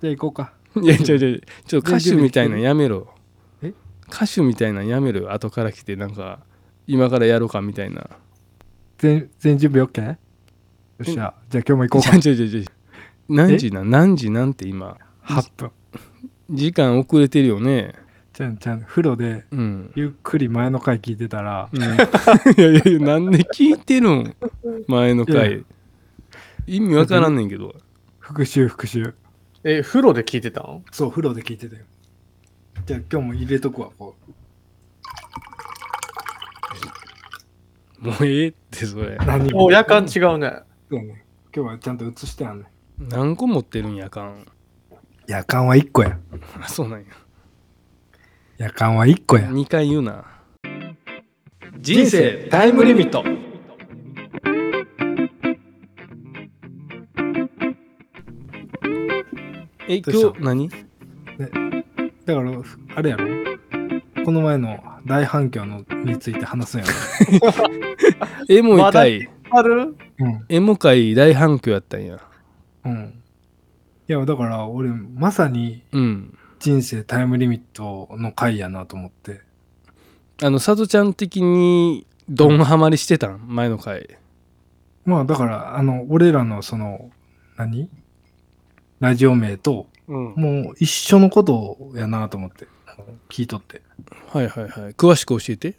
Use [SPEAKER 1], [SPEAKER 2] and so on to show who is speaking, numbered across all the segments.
[SPEAKER 1] じゃあ行こうか
[SPEAKER 2] いや違う違うちょっと歌手みたいなのやめろ
[SPEAKER 1] え
[SPEAKER 2] 歌手みたいなのやめろよ後から来てなんか今からやろうかみたいな
[SPEAKER 1] 全全準備 OK? よっしゃじゃあ今日も行こうか
[SPEAKER 2] 違う違う違う違う何時な何時なんて今
[SPEAKER 1] 8分
[SPEAKER 2] 時間遅れてるよね
[SPEAKER 1] ちゃんちゃん風呂で
[SPEAKER 2] うん、
[SPEAKER 1] ゆっくり前の回聞いてたら
[SPEAKER 2] うんい やいやいやなんで聞いてるん前の
[SPEAKER 1] いや
[SPEAKER 2] 回意味わからんねんけど
[SPEAKER 1] 復習復習
[SPEAKER 3] え、風呂で聞いてたん
[SPEAKER 1] そう風呂で聞いてたよじゃあ今日も入れとくわこ
[SPEAKER 2] もうええってそれ
[SPEAKER 1] う何
[SPEAKER 3] お、夜間違うね。
[SPEAKER 1] そうね今日はちゃんと映してあんね
[SPEAKER 2] 何個持ってるんやかん
[SPEAKER 1] 夜間は1個や
[SPEAKER 2] あ そうなんや
[SPEAKER 1] 夜間は1個や
[SPEAKER 2] 2回言うな
[SPEAKER 3] 人生タイムリミット。
[SPEAKER 2] え
[SPEAKER 1] どうした
[SPEAKER 2] 今日何
[SPEAKER 1] だからあれやろこの前の大反響のについて話すんや
[SPEAKER 2] エモ
[SPEAKER 3] ま
[SPEAKER 2] い
[SPEAKER 3] だ
[SPEAKER 2] 回、
[SPEAKER 3] ある
[SPEAKER 1] ろ
[SPEAKER 2] エモ回大反響やったんや
[SPEAKER 1] うんうんいやだから俺まさに
[SPEAKER 2] うん
[SPEAKER 1] 人生タイムリミットの回やなと思って
[SPEAKER 2] あのさとちゃん的にドンハマりしてたん前の回
[SPEAKER 1] まあだからあの俺らのその何ラジオ名と
[SPEAKER 2] うんは
[SPEAKER 1] もう一緒のことやなと思って聞いとって
[SPEAKER 2] いはいはい詳しく教えて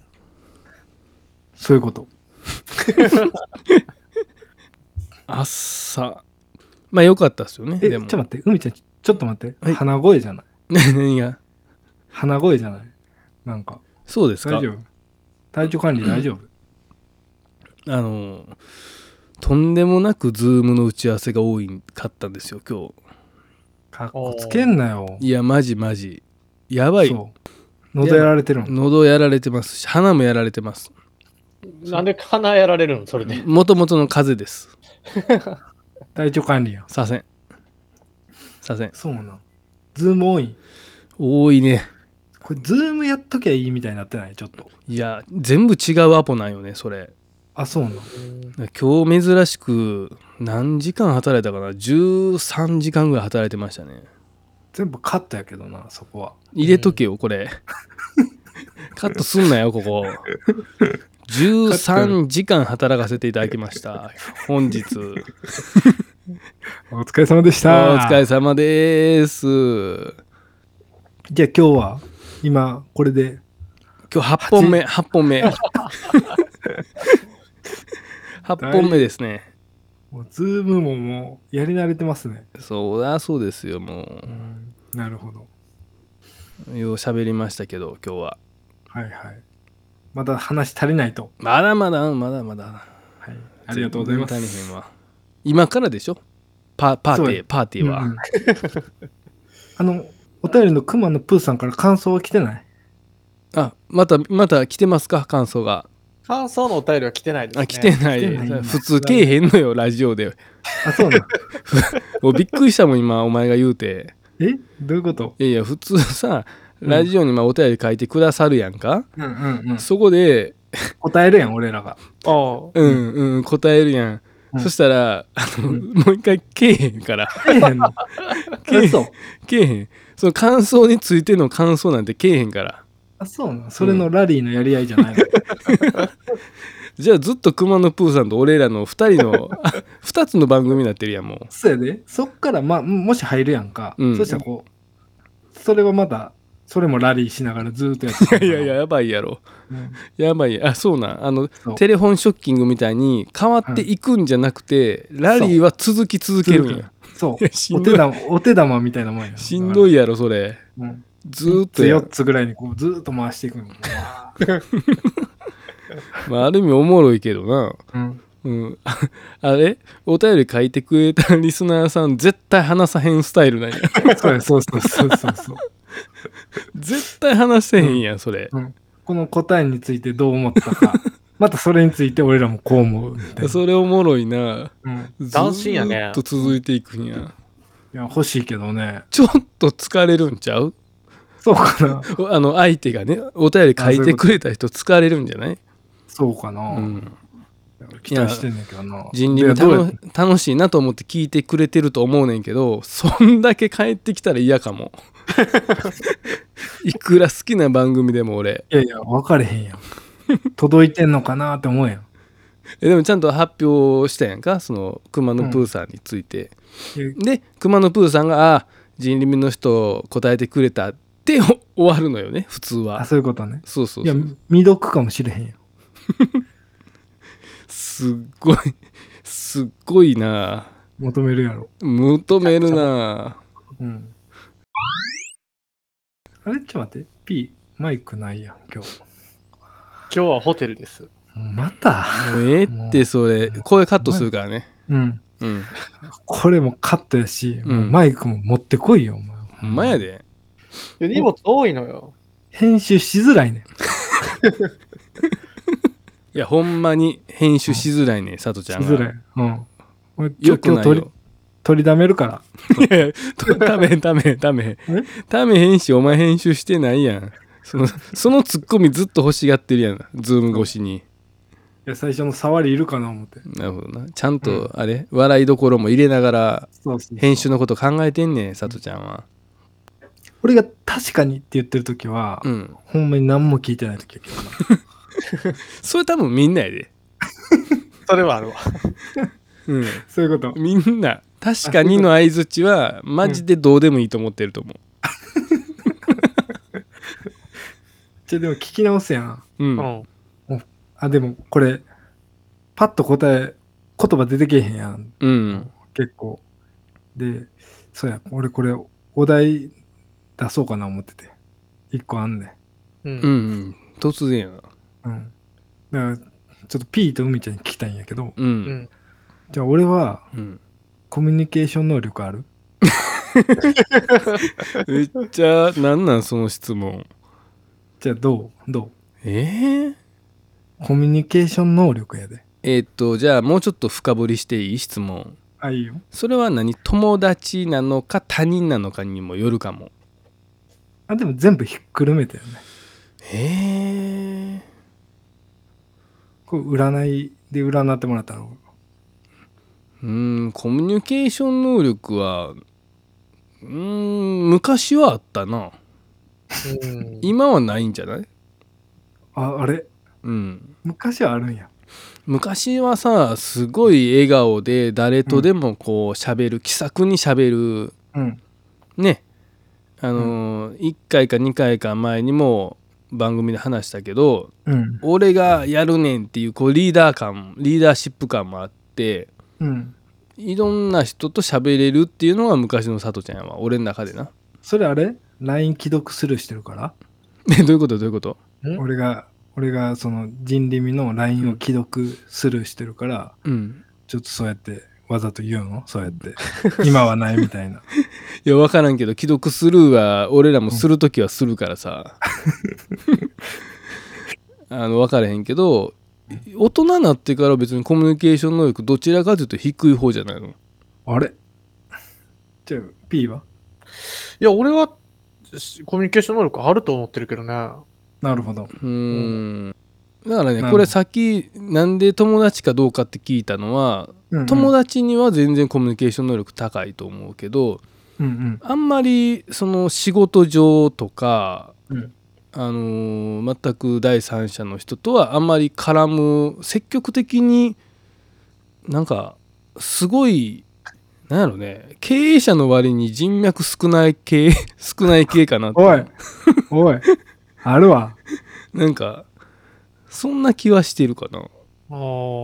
[SPEAKER 1] そういうこと
[SPEAKER 2] あっさまあよかったっすよね
[SPEAKER 1] えち
[SPEAKER 2] で
[SPEAKER 1] ょっ
[SPEAKER 2] も
[SPEAKER 1] と待って海ちゃんちょっと待って、
[SPEAKER 2] はい
[SPEAKER 1] 鼻声じゃない
[SPEAKER 2] 何が
[SPEAKER 1] 鼻声じゃないなんか
[SPEAKER 2] そうですか
[SPEAKER 1] 大丈夫体調管理大丈夫、
[SPEAKER 2] あのとんでもなくズームの打ち合わせが多いかったんですよ今
[SPEAKER 1] かっこつけんなよ
[SPEAKER 2] 日いやマジマジやばい
[SPEAKER 1] そう喉やられてるの
[SPEAKER 2] 喉やられてますし鼻もやられてます
[SPEAKER 3] なんで鼻やられるのそれで。
[SPEAKER 2] もともとの風邪です
[SPEAKER 1] 体調管理や
[SPEAKER 2] 左遷左遷
[SPEAKER 1] そうなんズーム多い
[SPEAKER 2] 多いね
[SPEAKER 1] これズームやっときゃいいみたいになってないちょっと
[SPEAKER 2] いや全部違うアポなんよねそれ
[SPEAKER 1] あそうなん
[SPEAKER 2] だから今日珍しく何時間働いたかな13時間ぐらい働いてましたね
[SPEAKER 1] 全部カットやけどなそこは
[SPEAKER 2] 入れとけよこれカットすんなよここ13時間働かせていただきました本日
[SPEAKER 1] お疲れ様でし
[SPEAKER 2] お
[SPEAKER 1] た
[SPEAKER 2] 疲れ様です
[SPEAKER 1] じゃあ今日は今これで
[SPEAKER 2] 今日8本目8本目8本目ですね
[SPEAKER 1] もうズームももうやり慣れてますね、
[SPEAKER 2] そうだそうですよも
[SPEAKER 1] なるほど
[SPEAKER 2] うよう喋りましたけど今日は
[SPEAKER 1] はいはいまだ話足りないと、
[SPEAKER 2] まだまだまだまだ
[SPEAKER 1] はい、ありがとうございます
[SPEAKER 2] 全然足りへんわ今からでしょパパー
[SPEAKER 1] そう
[SPEAKER 2] ティ
[SPEAKER 1] や
[SPEAKER 2] ーパーティーは、
[SPEAKER 1] うんうん あのお便りの熊のプーさんから感想は来てない
[SPEAKER 2] あまたまた来てますか感想が
[SPEAKER 3] 感想のお便りは来てないですね。
[SPEAKER 2] あ来てない
[SPEAKER 1] 来てない
[SPEAKER 2] 普通けえへんのよラジオ で
[SPEAKER 1] あそうなん
[SPEAKER 2] もうびっくりしたもん今お前が言うて
[SPEAKER 1] えどういうこと
[SPEAKER 2] いやいや普通さラジオにまあお便り書いてくださるやんか、
[SPEAKER 1] うんうんうん
[SPEAKER 2] そこで
[SPEAKER 1] 答えるやん俺らが
[SPEAKER 3] おう。
[SPEAKER 2] うんうん答えるやん、
[SPEAKER 1] うん
[SPEAKER 2] そしたらあの、もう一回けえへんから
[SPEAKER 1] ええへ んの
[SPEAKER 2] けえへん
[SPEAKER 1] 嘘
[SPEAKER 2] けえへんその感想についての感想なんてけえへんから
[SPEAKER 1] あそうなんそれのラリーのやり合いじゃないの、
[SPEAKER 2] じゃあずっと熊野プーさんと俺らの2人 の2つの番組になってるやんもう
[SPEAKER 1] そうやでそっからまあもし入るやんか、
[SPEAKER 2] うん
[SPEAKER 1] そしたらこうそれはまだそれもラリーしながらずーっとやって
[SPEAKER 2] いやいや
[SPEAKER 1] や、
[SPEAKER 2] やばいやろ
[SPEAKER 1] うん
[SPEAKER 2] やばいあそうなんあの
[SPEAKER 1] そう
[SPEAKER 2] テレフォンショッキングみたいに変わっていくんじゃなくて、ラリーは続き続けるんやい
[SPEAKER 1] そう
[SPEAKER 2] やし
[SPEAKER 1] お
[SPEAKER 2] ん
[SPEAKER 1] 手
[SPEAKER 2] どい
[SPEAKER 1] 玉お手玉みたいなもんや
[SPEAKER 2] しんど
[SPEAKER 1] い、
[SPEAKER 2] いやろそれ
[SPEAKER 1] うん、
[SPEAKER 2] ずーっとや
[SPEAKER 1] 4つぐらいにこうずーっと回していくの、
[SPEAKER 2] まあ、ある意味おもろいけどな
[SPEAKER 1] うん、
[SPEAKER 2] うん、 ああれお便り書いてくれたリスナーさん絶対話さへんスタイルなんや
[SPEAKER 1] そうやそうそうそうそうそう
[SPEAKER 2] 絶対話せへんやんそれ、
[SPEAKER 1] この答えについてどう思ったかまたそれについて俺らもこう思うみたいな、
[SPEAKER 2] それおもろいな
[SPEAKER 1] うん、い
[SPEAKER 3] 斬新や
[SPEAKER 2] ず
[SPEAKER 3] ね
[SPEAKER 2] ーっと続いていくんや
[SPEAKER 1] や欲しいけどね
[SPEAKER 2] ちょっと疲れるんちゃう
[SPEAKER 1] そうかな
[SPEAKER 2] あの相手がねお便り書いてくれた人疲れるんじゃない
[SPEAKER 1] そうかな、
[SPEAKER 2] うん
[SPEAKER 1] 期待してんねんけどな。
[SPEAKER 2] 人力
[SPEAKER 1] でどうやっ
[SPEAKER 2] 楽楽しいなと思って聞いてくれてると思うねんけどそんだけ帰ってきたら嫌 かもいくら好きな番組でも俺
[SPEAKER 1] いやいや、分かれへん やん。届いてんのかなって思うやん。
[SPEAKER 2] えでもちゃんと発表したやんかその熊野プーさんについて、で熊野プーさんが「ああ人力の人答えてくれた」ってお終わるのよね普通
[SPEAKER 1] あ、
[SPEAKER 2] は
[SPEAKER 1] そういうことね。
[SPEAKER 2] そうそう
[SPEAKER 1] いや
[SPEAKER 2] そう、
[SPEAKER 1] 未読かもしれへんやん。
[SPEAKER 2] すっごいすっごいな
[SPEAKER 1] 求めるやろ。
[SPEAKER 2] 求めるな
[SPEAKER 1] うん。あれちょっと待って。P、マイクないやん、今日。
[SPEAKER 3] 今日はホテルです。
[SPEAKER 1] また
[SPEAKER 2] もうええってそれ声カットするからね
[SPEAKER 1] うん。
[SPEAKER 2] うん
[SPEAKER 1] これもカットやし、
[SPEAKER 2] うん
[SPEAKER 1] もうマイクも持ってこいよ、お前。
[SPEAKER 2] ほんまやで
[SPEAKER 3] いや荷物多いのよ。
[SPEAKER 1] 編集しづらいねん。
[SPEAKER 2] いやほんまに編集しづらいねさとち
[SPEAKER 1] し
[SPEAKER 2] ゃんが
[SPEAKER 1] づらい。うん。俺今
[SPEAKER 2] よ
[SPEAKER 1] 日
[SPEAKER 2] く
[SPEAKER 1] 今日
[SPEAKER 2] ない
[SPEAKER 1] 取り
[SPEAKER 2] よ
[SPEAKER 1] 取りだめるから。
[SPEAKER 2] い やいやダメダメダメダメ編集お前編集してないやんそのそのツッコミずっと欲しがってるやんズーム越しに
[SPEAKER 1] いや、最初の触りいるかな思って。
[SPEAKER 2] なるほどなちゃんとあれ笑いどころも入れながら
[SPEAKER 1] そうそう
[SPEAKER 2] 編集のこと考えてんねんさとちゃんは
[SPEAKER 1] 俺が確かにって言ってる時は、
[SPEAKER 2] うん
[SPEAKER 1] ほんまに何も聞いてない時やけどな。
[SPEAKER 2] それ多分みんなやで
[SPEAKER 3] それはあるわ。
[SPEAKER 2] うん
[SPEAKER 1] そういうこと。
[SPEAKER 2] みんな確かにの相づちはマジでどうでもいいと思ってると思
[SPEAKER 1] じゃでも聞き直すやん。
[SPEAKER 2] うう
[SPEAKER 3] うんん。
[SPEAKER 1] あ、でもこれ、パッと答え、言葉出てけへんやん。
[SPEAKER 2] うん
[SPEAKER 1] 結構。で、そうや、俺これ、お題出そうかな思ってて。一個あんね。
[SPEAKER 3] う
[SPEAKER 2] うん
[SPEAKER 3] ん。
[SPEAKER 2] うん突然やなん
[SPEAKER 1] うん。だから、ちょっとピーと海ちゃんに聞きたいんやけど、
[SPEAKER 2] う
[SPEAKER 3] うんん。
[SPEAKER 1] じゃあ俺は
[SPEAKER 2] うん
[SPEAKER 1] コミュニケーション能力ある
[SPEAKER 2] めっちゃなんなんその質問
[SPEAKER 1] じゃあどうど
[SPEAKER 2] えー、
[SPEAKER 1] うコミュニケーション能力やで。
[SPEAKER 2] えーっとじゃあもうちょっと深掘りしていい質問
[SPEAKER 1] あ、いいよ。
[SPEAKER 2] それは何友達なのか他人なのかにもよるかも
[SPEAKER 1] あ、でも全部ひっくるめてよね。
[SPEAKER 2] へえ
[SPEAKER 1] これ占いで占ってもらったら
[SPEAKER 2] うんコミュニケーション能力はうん昔はあったな
[SPEAKER 3] うん
[SPEAKER 2] 今はないんじゃない
[SPEAKER 1] ああれ
[SPEAKER 2] うん
[SPEAKER 1] 昔はあるんや
[SPEAKER 2] 昔はさすごい笑顔で誰とでもこう喋る気さくに喋る
[SPEAKER 1] うん
[SPEAKER 2] ねあのー、1回か2回か前にも番組で話したけど
[SPEAKER 1] うん
[SPEAKER 2] 俺がやるねんっていうこうリーダー感リーダーシップ感もあって
[SPEAKER 1] うん
[SPEAKER 2] いろんな人と喋れるっていうのが昔のさとちゃんやわ俺の中でな
[SPEAKER 1] それあれ LINE 既読スルーしてるから
[SPEAKER 2] えどういうことどういうこと
[SPEAKER 3] うん
[SPEAKER 1] 俺が俺がその人リミの LINE を既読スルーしてるから
[SPEAKER 2] うん
[SPEAKER 1] ちょっとそうやってわざと言うのそうやって今はないみたいない
[SPEAKER 2] や分からんけど既読スルーは俺らもする時はするから さあの分からへんけど大人になってから別にコミュニケーション能力どちらかというと低い方じゃないの
[SPEAKER 1] あれじゃあ P はい
[SPEAKER 3] や、俺はしコミュニケーション能力あると思ってるけどね。
[SPEAKER 1] なるほど
[SPEAKER 2] うーんだから
[SPEAKER 1] なるほ
[SPEAKER 2] ね
[SPEAKER 1] ど
[SPEAKER 2] これ先なんで友達かどうかって聞いたのは
[SPEAKER 1] うんうん
[SPEAKER 2] 友達には全然コミュニケーション能力高いと思うけど
[SPEAKER 1] うん
[SPEAKER 2] あんまりその仕事上とか、
[SPEAKER 1] うん
[SPEAKER 2] あのー全く第三者の人とはあんまり絡む積極的になんかすごいなんやろね経営者の割に人脈少ない系 少ない系かなって
[SPEAKER 1] おいおいあるわ
[SPEAKER 2] なんかそんな気はしてるかな。
[SPEAKER 3] な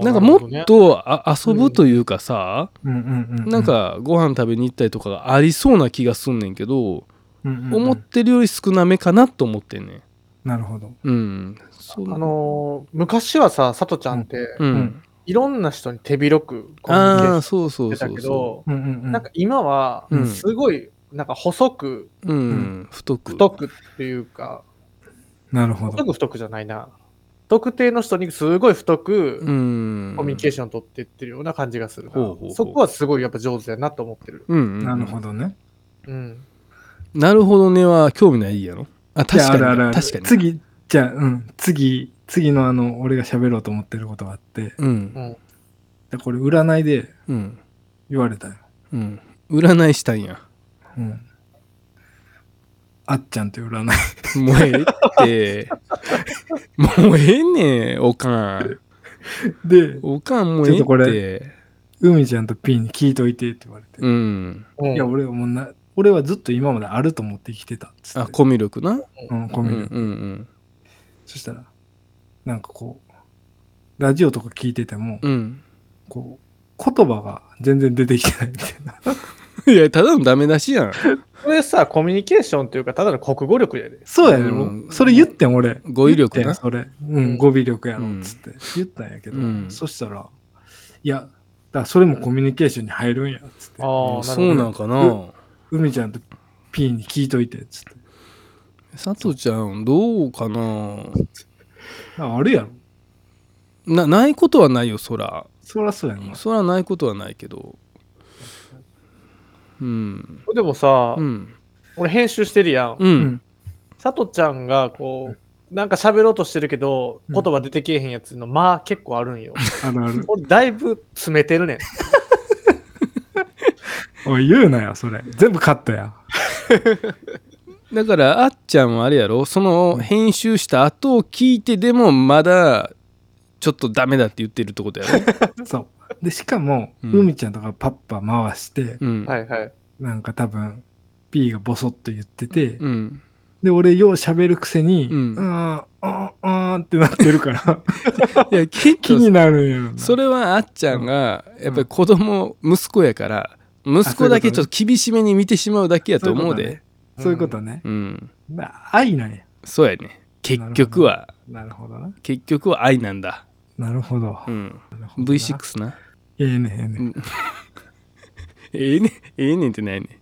[SPEAKER 2] なんかもっとあ遊ぶというかさ、
[SPEAKER 1] うんうんうんう
[SPEAKER 2] なんかご飯食べに行ったりとかがありそうな気がすんねんけど、
[SPEAKER 1] うんうんうん
[SPEAKER 2] 思ってるより少なめかなと思ってんねん。
[SPEAKER 1] なるほど
[SPEAKER 2] うん。そう
[SPEAKER 3] あのー昔はさ、さとちゃんって、
[SPEAKER 2] うん
[SPEAKER 1] うん
[SPEAKER 3] いろんな人に手広くコミュニケ
[SPEAKER 2] あ
[SPEAKER 3] ー
[SPEAKER 2] あ、
[SPEAKER 3] シ
[SPEAKER 2] そうそ
[SPEAKER 3] ョン
[SPEAKER 2] う
[SPEAKER 3] して
[SPEAKER 2] そ
[SPEAKER 3] た
[SPEAKER 2] う
[SPEAKER 3] け
[SPEAKER 2] そ
[SPEAKER 3] ど、
[SPEAKER 1] うんうんうん
[SPEAKER 3] なんか今は
[SPEAKER 2] う、ん
[SPEAKER 3] すごい、なんか細く、
[SPEAKER 2] う。うん。太く。
[SPEAKER 3] 太くっていうか、
[SPEAKER 1] なるほ
[SPEAKER 3] 太
[SPEAKER 1] ど
[SPEAKER 3] く太くじゃないな。特定の人にすごい太
[SPEAKER 2] う
[SPEAKER 3] く
[SPEAKER 2] ん。
[SPEAKER 3] コミュニケー
[SPEAKER 2] シ
[SPEAKER 3] ション取ってってるような感じがするな
[SPEAKER 2] ほうほうほう
[SPEAKER 3] そこはすごいやっぱ上手やなと思ってる。
[SPEAKER 2] ョン。うん。
[SPEAKER 1] なるほ。どね
[SPEAKER 3] うん。
[SPEAKER 2] なるほどねは興味ないやろあ、
[SPEAKER 1] い
[SPEAKER 2] 確
[SPEAKER 1] や
[SPEAKER 2] かに。
[SPEAKER 1] あるあるある
[SPEAKER 2] 確かに。
[SPEAKER 1] 次、じゃあ、うん、次、次のあの、俺が喋ろうと思ってることがあって、
[SPEAKER 2] うん
[SPEAKER 3] うん。
[SPEAKER 1] でこれ占いで
[SPEAKER 2] うん
[SPEAKER 1] 言われたよ。
[SPEAKER 2] うん占いしたんや
[SPEAKER 1] うん。あっちゃんっていう占い。
[SPEAKER 2] もうえ えってもうええねんおかん
[SPEAKER 1] で、
[SPEAKER 2] おかんもう
[SPEAKER 1] ちょっとこ
[SPEAKER 2] ええって
[SPEAKER 1] 海ちゃんとピーに聞いといてって言われて。
[SPEAKER 2] うん
[SPEAKER 3] うん
[SPEAKER 1] いや、俺はもうな、俺はずっと今まであると思って生きてたっつって。
[SPEAKER 2] あコミュ力な
[SPEAKER 1] うん、コ
[SPEAKER 2] うん
[SPEAKER 1] ミ
[SPEAKER 2] う
[SPEAKER 1] ュ
[SPEAKER 2] ん
[SPEAKER 1] 力
[SPEAKER 2] うん
[SPEAKER 1] そしたら、なんかこう、ラジオとか聞いてても、
[SPEAKER 2] うん
[SPEAKER 1] こう、言葉が全然出てきてないみたいな。
[SPEAKER 2] いやただのダメ出しやん
[SPEAKER 3] これさ、コミュニケーションというか、ただの国語力やで。
[SPEAKER 1] そうやね、
[SPEAKER 2] うん
[SPEAKER 1] それ言ってん俺。
[SPEAKER 2] 語彙力な
[SPEAKER 1] 言ってんそれ。う
[SPEAKER 3] うん
[SPEAKER 1] ん、語彙力や
[SPEAKER 2] う
[SPEAKER 1] ろ
[SPEAKER 2] ん
[SPEAKER 1] っつって言ったんやけど、
[SPEAKER 2] うん
[SPEAKER 1] そしたら、いや、だからそれもコミュニケーションに入るんやっつって、
[SPEAKER 3] ああ、
[SPEAKER 2] そうなんかな
[SPEAKER 1] 海ちゃんとピーに聞いといてっつって。
[SPEAKER 2] 佐藤ちゃんどうかな
[SPEAKER 1] ああるやろ。
[SPEAKER 2] なないことはないよそら
[SPEAKER 1] そらそうやな。
[SPEAKER 2] そらないことはないけどうん
[SPEAKER 3] でもさ、
[SPEAKER 2] うん
[SPEAKER 3] 俺編集してるやん。
[SPEAKER 2] う。
[SPEAKER 1] うん
[SPEAKER 3] さとちゃんがこう、なんか喋ろうとしてるけど、
[SPEAKER 1] うん
[SPEAKER 3] 言葉出てけえへんやつの間結構あるんよ。
[SPEAKER 1] あるある。
[SPEAKER 3] 俺だいぶ詰めてるねん。
[SPEAKER 1] おい、言うなよ、それ。全部カットや。
[SPEAKER 2] だからあっちゃんはあれやろその編集した後を聞いてでもまだちょっとダメだって言ってるってことやろ、
[SPEAKER 1] そう。で、しかも、
[SPEAKER 2] うん
[SPEAKER 1] 海ちゃんとかパッパ回して、
[SPEAKER 2] うん
[SPEAKER 3] はいはい。
[SPEAKER 1] なんか多分、ピーがボソッと言ってて、
[SPEAKER 2] うん、
[SPEAKER 1] で、俺、よう喋るくせに、
[SPEAKER 2] う
[SPEAKER 1] うんん、あーあー、あーってなってる から、
[SPEAKER 2] いや結
[SPEAKER 1] 気になるんやろな。
[SPEAKER 2] それはあっちゃんがやっぱり子供息子やから息子だけちょっと厳しめに見てしまうだけやと思うで
[SPEAKER 1] そういうことね。
[SPEAKER 2] うん
[SPEAKER 1] まあ愛なんや。
[SPEAKER 2] そうやね結局は
[SPEAKER 1] なるほどな。
[SPEAKER 2] 結局は愛なんだ
[SPEAKER 1] なるほど。
[SPEAKER 2] うん
[SPEAKER 1] なるほどな
[SPEAKER 2] V6 な
[SPEAKER 1] ええねええね。
[SPEAKER 2] ええねええねんってないね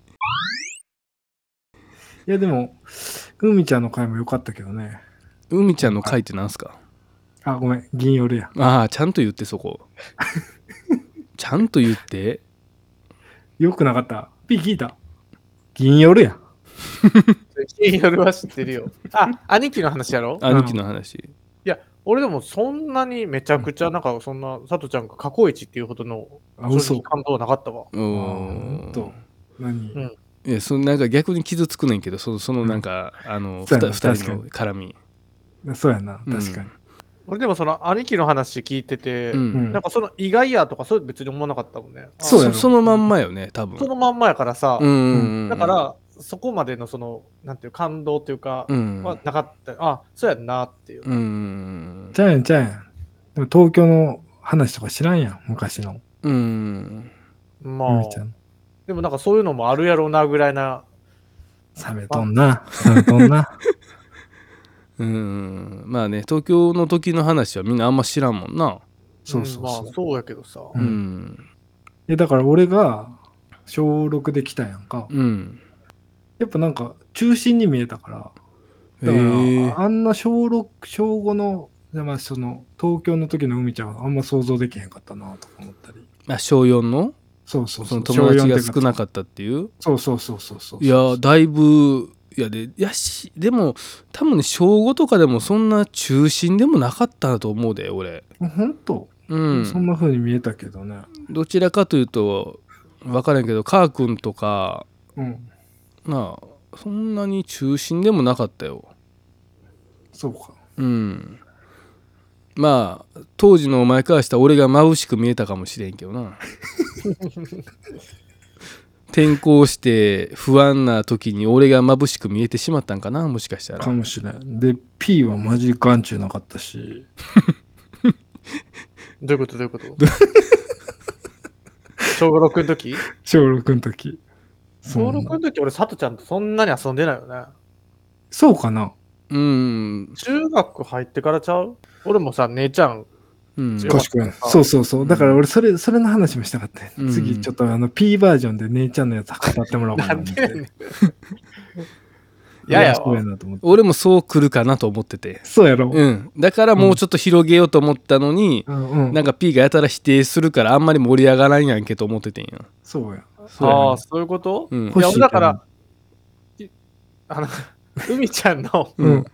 [SPEAKER 1] いや、でも、海ちゃんの回も良かったけどね。
[SPEAKER 2] 海ちゃんの回ってなんすか
[SPEAKER 1] あ、ごめん、銀夜や。
[SPEAKER 2] ああちゃんと言って そこちゃんと言って
[SPEAKER 1] よくなかった。ピー聞いた。銀夜や。
[SPEAKER 3] 金夜は知ってるよ。あ、兄貴の話やろ
[SPEAKER 2] 兄貴の話
[SPEAKER 3] 俺でもそんなにめちゃくちゃ、なんかそんな、さとちゃんが過去一っていうほどの、
[SPEAKER 1] あ、
[SPEAKER 3] 正直
[SPEAKER 1] 嘘。
[SPEAKER 3] 感動はなかった
[SPEAKER 2] う
[SPEAKER 3] わ。
[SPEAKER 1] あ
[SPEAKER 2] ー
[SPEAKER 1] ほ
[SPEAKER 2] ん
[SPEAKER 1] んと。何、
[SPEAKER 3] うん
[SPEAKER 2] いやそのなんか逆に傷つくねんけどそのそのなんか、あの
[SPEAKER 1] そうや
[SPEAKER 2] 2
[SPEAKER 1] な
[SPEAKER 2] 人
[SPEAKER 1] 確か
[SPEAKER 2] の
[SPEAKER 1] に
[SPEAKER 2] 絡み
[SPEAKER 1] そうやな。
[SPEAKER 2] うん
[SPEAKER 1] 確かに。
[SPEAKER 3] 俺でもその兄貴の話聞いてて、
[SPEAKER 2] うん
[SPEAKER 1] うん
[SPEAKER 3] なんかその意外やとか、そういうの別に思わなかったもんね。あ
[SPEAKER 1] そうやろ
[SPEAKER 2] そそのまんまよね多分
[SPEAKER 3] そのまんまやからさ、
[SPEAKER 2] うん
[SPEAKER 3] だから、そこまでのその、なんていう感動というか、
[SPEAKER 2] うん
[SPEAKER 3] はなかった、あ、そうやんなっていう。
[SPEAKER 2] うん
[SPEAKER 1] ちゃうやんちゃうやん。でも東京の話とか知らんやん。昔の。
[SPEAKER 2] うん
[SPEAKER 3] まあ
[SPEAKER 1] 海、ちゃん。
[SPEAKER 3] でもなんかそういうのもあるやろうなぐらいな、
[SPEAKER 1] 冷めとんな。冷めとんな。
[SPEAKER 2] うんまあね東京の時の話はみんなあんま知らんもんな
[SPEAKER 1] そうそうそう
[SPEAKER 3] うんまあそうやけどさ、
[SPEAKER 2] う
[SPEAKER 1] うんえ、だから俺が小6で来たやんか。
[SPEAKER 2] うん
[SPEAKER 1] やっぱなんか中心に見えたから。だ
[SPEAKER 2] へえ
[SPEAKER 1] からあんな小6小5のまあその東京の時の海ちゃんはあんま想像できへんかったなとか思ったり
[SPEAKER 2] あ小4の
[SPEAKER 1] そうそう
[SPEAKER 2] そ
[SPEAKER 1] そ
[SPEAKER 2] の
[SPEAKER 1] う
[SPEAKER 2] 友達が少な
[SPEAKER 1] く
[SPEAKER 2] かったっていう
[SPEAKER 1] そうそうそうそうそう
[SPEAKER 2] い
[SPEAKER 1] い
[SPEAKER 2] やだいぶやでいやしでも多分ね小5とかでもそんな中心でもなかったと思うで俺
[SPEAKER 1] ほんと、
[SPEAKER 2] う
[SPEAKER 1] そん
[SPEAKER 2] ん
[SPEAKER 1] な風に見えたけどね
[SPEAKER 2] どちらかというと分からんけどカー君とか
[SPEAKER 1] うん
[SPEAKER 2] なあそんなに中心でもなかったよ
[SPEAKER 1] そうか
[SPEAKER 2] うんまあ当時のお前からしたら俺が眩しく見えたかもしれんけ どな転校して不安な時に俺が眩しく見えてしまったんかなもしかしたら
[SPEAKER 1] かもしれんで P はマジ眼中なかったし
[SPEAKER 3] どういうことどういうこと 小6の時
[SPEAKER 1] 小6の時
[SPEAKER 3] 小
[SPEAKER 1] そ
[SPEAKER 3] 6
[SPEAKER 1] んな
[SPEAKER 3] の時俺、さとちゃんとそんなに遊んでないよね。
[SPEAKER 1] そうかな
[SPEAKER 2] うん
[SPEAKER 3] 中学入ってからちゃう俺もさ、姉ちゃん、
[SPEAKER 2] うん
[SPEAKER 3] よかった
[SPEAKER 1] 賢いそうそうそううんだから俺それそれの話もしたかった、
[SPEAKER 2] うん
[SPEAKER 1] 次ちょっとあの P バージョンで姉ちゃんのやつ語ってもらおうか
[SPEAKER 3] な
[SPEAKER 1] なん思って
[SPEAKER 3] でやねん。 やや
[SPEAKER 1] そう
[SPEAKER 3] わ
[SPEAKER 1] や。なと思って
[SPEAKER 2] 俺もそう来るかなと思ってて、
[SPEAKER 1] そうやろ、
[SPEAKER 2] うん、だからもうちょっと広げようと思ったのに、
[SPEAKER 1] うんうん
[SPEAKER 2] なんか P がやたら否定するからあんまり盛り上がらんやんけと思っててんや、
[SPEAKER 1] そうや。
[SPEAKER 2] そうやね
[SPEAKER 3] ああ、そういうこと
[SPEAKER 2] うん
[SPEAKER 3] いや、
[SPEAKER 1] 欲しい
[SPEAKER 3] だから
[SPEAKER 1] と、
[SPEAKER 3] いあの、海ちゃんの
[SPEAKER 1] うん。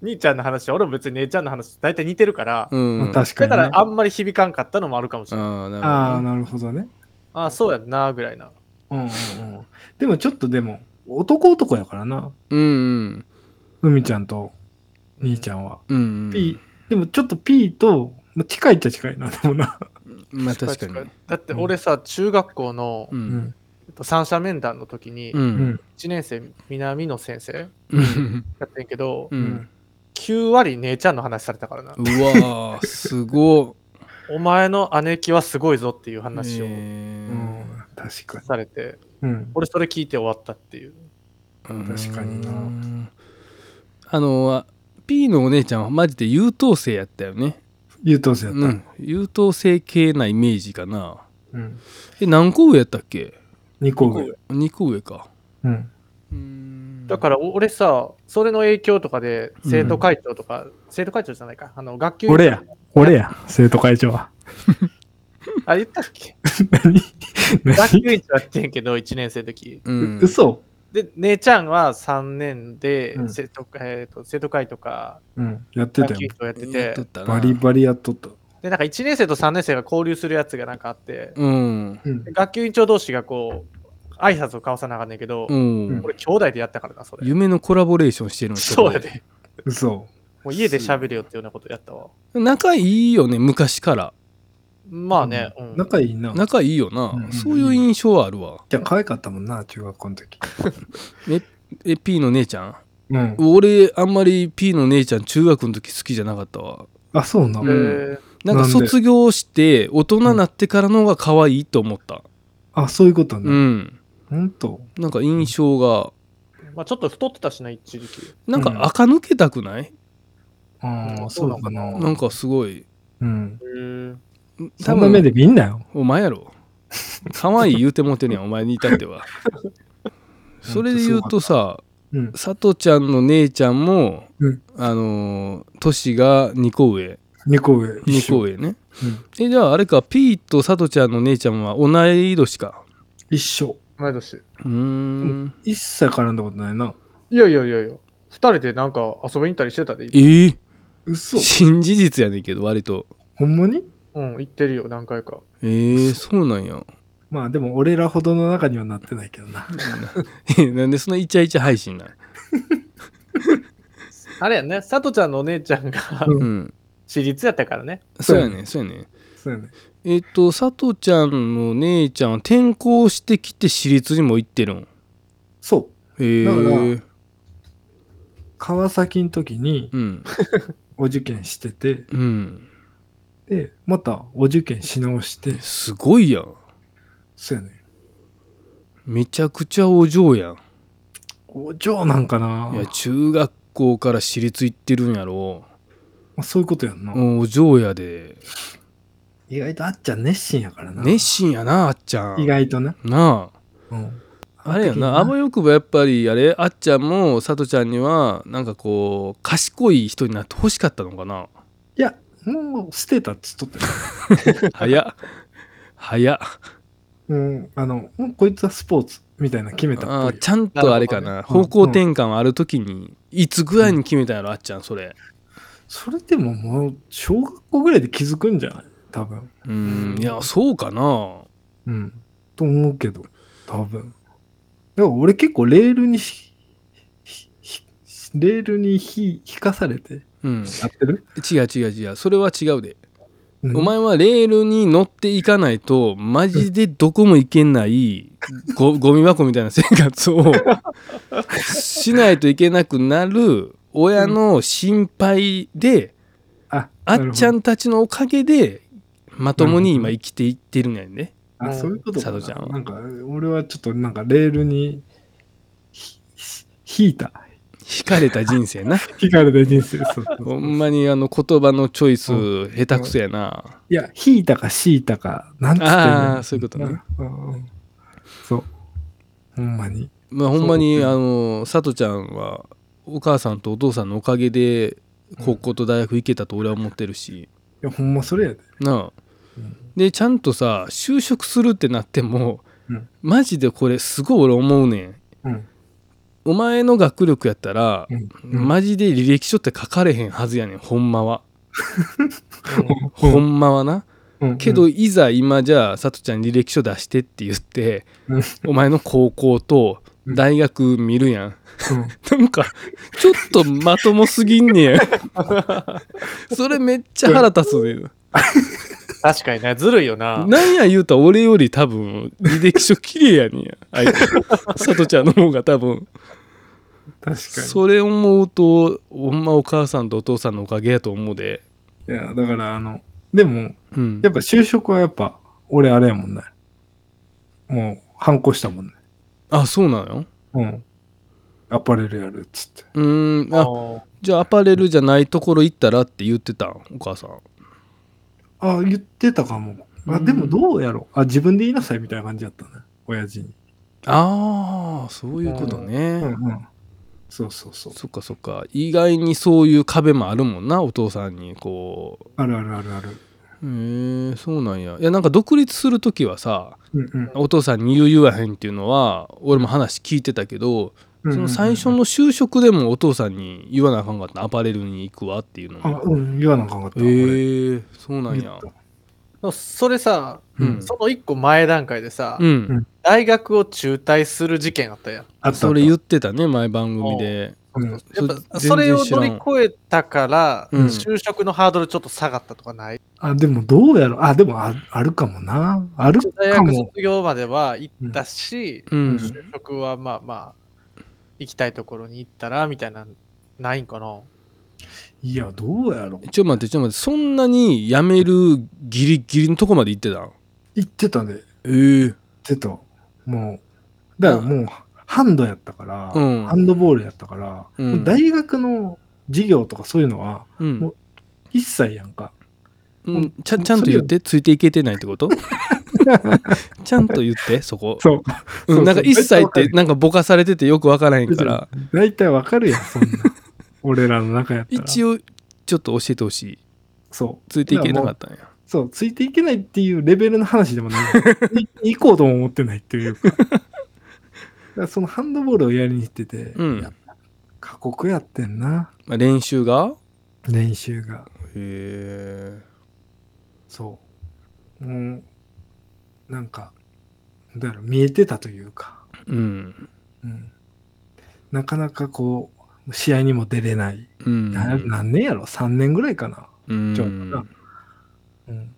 [SPEAKER 3] 兄ちゃんの話と俺も別に姉ちゃんの話と大体似てるから、
[SPEAKER 2] うん。
[SPEAKER 1] まあ確か
[SPEAKER 3] だ
[SPEAKER 1] に、ね。
[SPEAKER 3] からあんまり響かんかったのもあるかもしれない。
[SPEAKER 2] ああ、なるほど
[SPEAKER 1] ああ、なるほど
[SPEAKER 2] ね。
[SPEAKER 1] ね。
[SPEAKER 3] ああ、そうやんな、ぐらいな。
[SPEAKER 1] うんうんうん。でもちょっとでも、男男やからな。
[SPEAKER 2] うんうん。
[SPEAKER 1] 海ちゃんと兄ちゃんは。
[SPEAKER 2] うん、うん。
[SPEAKER 1] P、でもちょっと P と、まあ、近いっちゃ近いな、でもな。
[SPEAKER 2] まあ確かに。。
[SPEAKER 3] だって俺さ、中学校の
[SPEAKER 2] う。。
[SPEAKER 1] うん
[SPEAKER 3] えっと三者面談の時に
[SPEAKER 2] う、。
[SPEAKER 1] うんん。
[SPEAKER 3] 1年生、南野先生
[SPEAKER 2] うん。
[SPEAKER 3] やってんけど
[SPEAKER 2] う、ん。
[SPEAKER 3] 9割姉ちゃんの話されたからな。
[SPEAKER 2] うわー、すご
[SPEAKER 3] お前の姉貴はすごいぞっていう
[SPEAKER 2] い。
[SPEAKER 3] 話を
[SPEAKER 1] う
[SPEAKER 2] え
[SPEAKER 1] ん。確か
[SPEAKER 3] されて、
[SPEAKER 1] に。うん。
[SPEAKER 3] 俺それ聞いて終わったっていう。
[SPEAKER 2] ー
[SPEAKER 1] 確かにな
[SPEAKER 2] うんあの、あ P のお姉ちゃんはマジで優等生やったよね。
[SPEAKER 1] 優等生やった。
[SPEAKER 2] うん。優等生系なイメージかな。
[SPEAKER 1] うん。
[SPEAKER 2] え、何個上やったっけ
[SPEAKER 1] 2個上。
[SPEAKER 2] ?2 個上か。
[SPEAKER 1] うん。
[SPEAKER 3] だからお俺さ、それの影響とかで生徒会長とか、生徒会長じゃないか、あの学級委員
[SPEAKER 1] 俺や。俺や。生徒会長は。
[SPEAKER 3] あ、言ったっ け
[SPEAKER 1] 何
[SPEAKER 3] 学
[SPEAKER 1] 何
[SPEAKER 3] 級委員長やってんけど、1年生の時。
[SPEAKER 2] ら、う、
[SPEAKER 1] うん嘘
[SPEAKER 3] で、姉ちゃんは3年で
[SPEAKER 1] うん
[SPEAKER 3] 生徒,、えーと生徒会とか
[SPEAKER 1] うん。やってた
[SPEAKER 3] 学級委
[SPEAKER 1] よ
[SPEAKER 3] 員。長やって
[SPEAKER 2] や
[SPEAKER 3] て
[SPEAKER 2] っと、ったな
[SPEAKER 1] バリバリやっとった。
[SPEAKER 3] で、なんか1年生と3年生が交流するやつがなんかあって、
[SPEAKER 2] うん。
[SPEAKER 1] うん
[SPEAKER 3] で。学級委員長同士がこう、挨拶を交わさなあかんねんけど、
[SPEAKER 2] うん。
[SPEAKER 3] 俺兄弟でやったからな、それ。
[SPEAKER 2] 夢のコラボレーションしてるの
[SPEAKER 3] そうや。で。
[SPEAKER 1] 嘘。
[SPEAKER 3] もう家で喋るよっていうようなことやったわ。
[SPEAKER 2] 仲いいよね、昔から。
[SPEAKER 3] まあね、うん
[SPEAKER 1] 仲いいな。
[SPEAKER 2] 仲いいよ
[SPEAKER 1] うんうんう
[SPEAKER 2] な。
[SPEAKER 1] ん
[SPEAKER 2] そういう印象はあるわ。
[SPEAKER 1] じゃ可愛かったもんな、中学校の時。
[SPEAKER 2] え、P の姉ちゃん
[SPEAKER 1] うん。
[SPEAKER 2] 俺、あんまり P の姉ちゃん、中学の時好きじゃなかったわ。
[SPEAKER 1] あ、そうな
[SPEAKER 3] え
[SPEAKER 1] の、
[SPEAKER 2] うん
[SPEAKER 3] ー
[SPEAKER 2] なんか
[SPEAKER 1] なんで
[SPEAKER 2] 卒業して、大人になってからの方が可愛いと思った。
[SPEAKER 1] あ、そういうこと
[SPEAKER 2] う
[SPEAKER 1] ね。
[SPEAKER 2] ん。
[SPEAKER 1] ほんと。
[SPEAKER 2] なんか印象が、
[SPEAKER 3] まあちょっと太ってたしな、一時期。
[SPEAKER 2] なん
[SPEAKER 1] うん
[SPEAKER 2] か垢抜けたくない
[SPEAKER 1] あ
[SPEAKER 3] う
[SPEAKER 1] あ、
[SPEAKER 3] ん
[SPEAKER 1] そうかな。
[SPEAKER 2] なんかすごい。
[SPEAKER 1] うん。そ
[SPEAKER 2] 多
[SPEAKER 1] んな目
[SPEAKER 2] 分、
[SPEAKER 1] で見んなよ。
[SPEAKER 2] お前やろ。可愛い言うてもうてんねん、お前に至っ ては。それで言うとさ、
[SPEAKER 1] うん。
[SPEAKER 2] 佐藤ちゃんの姉ちゃんも、
[SPEAKER 1] うん
[SPEAKER 2] あのー年が2個上
[SPEAKER 1] 2個上。一
[SPEAKER 2] 2
[SPEAKER 1] 緒
[SPEAKER 2] 個。上ね
[SPEAKER 1] うん
[SPEAKER 2] えじゃああれか P と佐藤ちゃんの姉ちゃんは同い年か
[SPEAKER 1] 一緒。
[SPEAKER 3] 毎年。
[SPEAKER 2] うーん
[SPEAKER 1] 一切絡んだことないな。
[SPEAKER 3] いやいやいやいや。二人でなんか遊びに行ったりしてたで。
[SPEAKER 2] えー、
[SPEAKER 1] 嘘。
[SPEAKER 2] 新事実やねんけど割と
[SPEAKER 1] ほんまに
[SPEAKER 3] うん、行ってるよ、何回か。
[SPEAKER 2] えー、そうなん や
[SPEAKER 1] まあでも俺らほどの中にはなってないけどな。
[SPEAKER 2] なんでそんなイチャイチャ配信なん
[SPEAKER 3] あれやね、さとちゃんのお姉ちゃんが
[SPEAKER 1] うん
[SPEAKER 2] うん
[SPEAKER 3] 私立やったからね。
[SPEAKER 2] そうやねそうやね
[SPEAKER 1] そうやね。
[SPEAKER 2] えっ、と佐藤ちゃんの姉ちゃんは転校してきて私立にも行ってるん
[SPEAKER 1] そう。
[SPEAKER 2] えー、
[SPEAKER 1] だ川崎の時に
[SPEAKER 2] うん
[SPEAKER 1] お受験してて、
[SPEAKER 2] うん
[SPEAKER 1] で、またお受験し直して、
[SPEAKER 2] すごいやん
[SPEAKER 1] そうやね。
[SPEAKER 2] めちゃくちゃお嬢やん
[SPEAKER 1] お嬢なんかない
[SPEAKER 2] や中学校から私立行ってるんやろ
[SPEAKER 1] まあそういうことやんな。
[SPEAKER 2] うんお嬢やで
[SPEAKER 1] 意外とあっちゃん熱心やからな。
[SPEAKER 2] 熱心やなあっちゃん
[SPEAKER 1] 意外とね。
[SPEAKER 2] な
[SPEAKER 1] うん。
[SPEAKER 2] ああれやなあ
[SPEAKER 1] ま
[SPEAKER 2] わ
[SPEAKER 1] り
[SPEAKER 2] よくばやっぱりあれあっちゃんもさとちゃんにはなんかこう賢い人になってほしかったのかな
[SPEAKER 1] いや、もう捨てたっつっとったよ。
[SPEAKER 2] 早っ早っ
[SPEAKER 1] うん。あの、もうこいつはスポーツみたいなの決めたっ
[SPEAKER 2] あ
[SPEAKER 1] ぽ
[SPEAKER 2] ー
[SPEAKER 1] いよ。
[SPEAKER 2] ちゃんとあれかな
[SPEAKER 1] なるほどね
[SPEAKER 2] 方向転換ある時にいつぐらいに決めたんやろあっちゃんそれ
[SPEAKER 1] それでももう、小学校ぐらいで気づくんじゃない多分。
[SPEAKER 2] うんいやそうかな
[SPEAKER 1] うん。と思うけど、多分。でも俺結構レールにひ、ひひレールにひ引かされて、
[SPEAKER 2] うん
[SPEAKER 1] やってる、
[SPEAKER 2] 違う違う違うそれは違うで
[SPEAKER 1] うん
[SPEAKER 2] お前はレールに乗っていかないとマジでどこも行 けないごゴミ箱みたいな生活をしないといけなくなる親の心配で、
[SPEAKER 1] あ、
[SPEAKER 2] あっちゃ
[SPEAKER 1] ん。
[SPEAKER 2] んたちのおかげでまともに今生きていってるんやね。
[SPEAKER 1] あ、そういうことかな。
[SPEAKER 2] 佐藤ちゃんは
[SPEAKER 1] なんか、俺はちょっとなんかレールにひ、ひ引いた。
[SPEAKER 2] 惹かれた人生な
[SPEAKER 1] 引かれた人生。そうそう
[SPEAKER 2] ほんまにあの言葉のチョイス下手くそやな、
[SPEAKER 1] いや、引いたか敷いたか、なんつってんの
[SPEAKER 2] あーそういうことね。
[SPEAKER 1] うんうんそう。ほんまに。
[SPEAKER 2] まあ、ほんまに
[SPEAKER 1] そう
[SPEAKER 2] あのさとちゃんはお母さんとお父さんのおかげで高校と大学行けたと俺は思ってるし、
[SPEAKER 1] いや、ほんまそれやで。
[SPEAKER 2] なあ、
[SPEAKER 1] うん
[SPEAKER 2] でちゃんとさ就職するってなっても、
[SPEAKER 1] うん
[SPEAKER 2] マジでこれすごい俺思うねん
[SPEAKER 1] うん。
[SPEAKER 2] お前の学力やったら、
[SPEAKER 1] うん
[SPEAKER 2] マジで履歴書って書かれへんはずやねんほんまは、
[SPEAKER 3] うん
[SPEAKER 2] ほんまはな
[SPEAKER 1] うん
[SPEAKER 2] けど、 いざ今じゃあさとちゃん履歴書出してって言って、
[SPEAKER 1] うん
[SPEAKER 2] お前の高校と
[SPEAKER 1] うん
[SPEAKER 2] 大学見るやん、
[SPEAKER 1] うん
[SPEAKER 2] なんかちょっとまともすぎんね やそれめっちゃ腹立つね
[SPEAKER 3] 確かにね、ずるいよな。
[SPEAKER 2] なんや言うたら俺より多分履歴書綺麗やねん やあいつさとちゃんの方が多分
[SPEAKER 1] 確かに。
[SPEAKER 2] それ思うとほんまお母さんとお父さんのおかげやと思うで
[SPEAKER 1] いや、だから、あの、でも、
[SPEAKER 2] うん
[SPEAKER 1] やっぱ就職はやっぱ、俺あれやもんね。もう、反抗したもんね。
[SPEAKER 2] あそうなの
[SPEAKER 1] うん。アパレルやるっつって。
[SPEAKER 2] うーん
[SPEAKER 3] あ
[SPEAKER 2] あ
[SPEAKER 3] ー
[SPEAKER 2] じゃあアパレルじゃないところ行ったらって言ってたんお母さん
[SPEAKER 1] あ言ってたかも。あ、でもどうやろう。あ、自分で言いなさいみたいな感じだったね。親父に。
[SPEAKER 2] ああそういうことね、
[SPEAKER 1] うんうん。そうそうそう。
[SPEAKER 2] そっかそっか意外にそういう壁もあるもんなお父さんにこ
[SPEAKER 1] あるあるあるある。
[SPEAKER 2] うへえそうなんやいやなんか独立する時はさ
[SPEAKER 1] うん
[SPEAKER 2] お父さんに言う言わへんっていうのは俺も話聞いてたけど、
[SPEAKER 1] うん。
[SPEAKER 2] その最初の就職でもお父さんに言わなあかんかったアパレルに行くわっていうの
[SPEAKER 1] あ、
[SPEAKER 2] も
[SPEAKER 1] うん、言わなあかんかった。
[SPEAKER 2] へえ
[SPEAKER 1] 俺
[SPEAKER 2] そうなんや
[SPEAKER 1] 言った
[SPEAKER 3] でもそれさ、
[SPEAKER 2] うん
[SPEAKER 3] その一個前段階でさ、
[SPEAKER 2] うん、
[SPEAKER 1] ん
[SPEAKER 3] 大学を中退する事件あったやん。
[SPEAKER 1] あったあった
[SPEAKER 2] それ言ってたね前番組で
[SPEAKER 1] うん
[SPEAKER 3] やっぱ
[SPEAKER 2] そ
[SPEAKER 3] それを
[SPEAKER 2] 全然知ら
[SPEAKER 3] 乗
[SPEAKER 2] ん
[SPEAKER 3] り越えたから、
[SPEAKER 2] うん
[SPEAKER 3] 就職のハードルちょっと下がったとかない
[SPEAKER 1] あ、でもどうやろう。あ、でもああるかもな。ある
[SPEAKER 3] 大
[SPEAKER 1] か
[SPEAKER 3] 学
[SPEAKER 1] も。
[SPEAKER 3] 卒業までは行ったし、
[SPEAKER 2] うん
[SPEAKER 3] 就職はまあまあ、行きたいところに行ったらみたいな、ないんかな。
[SPEAKER 1] いや、どうやろう。
[SPEAKER 2] ちょっと待ってちょっと待ってそんなに辞めるギリギリのとこまで行ってたん
[SPEAKER 1] 言ってたね。言っ
[SPEAKER 2] ええ
[SPEAKER 1] てた。もう。だからもう、ハンドやったから、
[SPEAKER 2] うん
[SPEAKER 1] ハンドボールやったから、
[SPEAKER 2] うん
[SPEAKER 1] 大学の授業とかそういうのは
[SPEAKER 2] うん
[SPEAKER 1] も一切やんか。
[SPEAKER 2] うん、ちゃちゃんと言ってついていけてないってこと ちゃんと言ってそこ
[SPEAKER 1] そう。
[SPEAKER 2] う、
[SPEAKER 1] そうん
[SPEAKER 2] なんか
[SPEAKER 1] そう
[SPEAKER 2] 一切ってなんかぼかされててよくわからへんから
[SPEAKER 1] 大体わかるやん、 そんな。俺らの中やったら。
[SPEAKER 2] 一
[SPEAKER 1] 応。
[SPEAKER 2] 応ちょっと教えてほしい
[SPEAKER 1] そう。
[SPEAKER 2] ついていけなかったんや
[SPEAKER 1] そう、ついていけないっていうレベルの話でも ない。い行こうとも思ってないっていうか。だからそのハンドボールをやりに行ってて、
[SPEAKER 2] うん
[SPEAKER 1] やっぱ過酷やってんな、
[SPEAKER 2] まあ練習が
[SPEAKER 1] 練習が。
[SPEAKER 2] へえ
[SPEAKER 1] そう。もう、なんか、だから見えてたというか、
[SPEAKER 2] うん
[SPEAKER 1] うん。なかなかこう、試合にも出れない。
[SPEAKER 2] うん
[SPEAKER 1] な何年やろ ?3 年ぐらいかな。
[SPEAKER 2] うん
[SPEAKER 1] ちょっとなうん。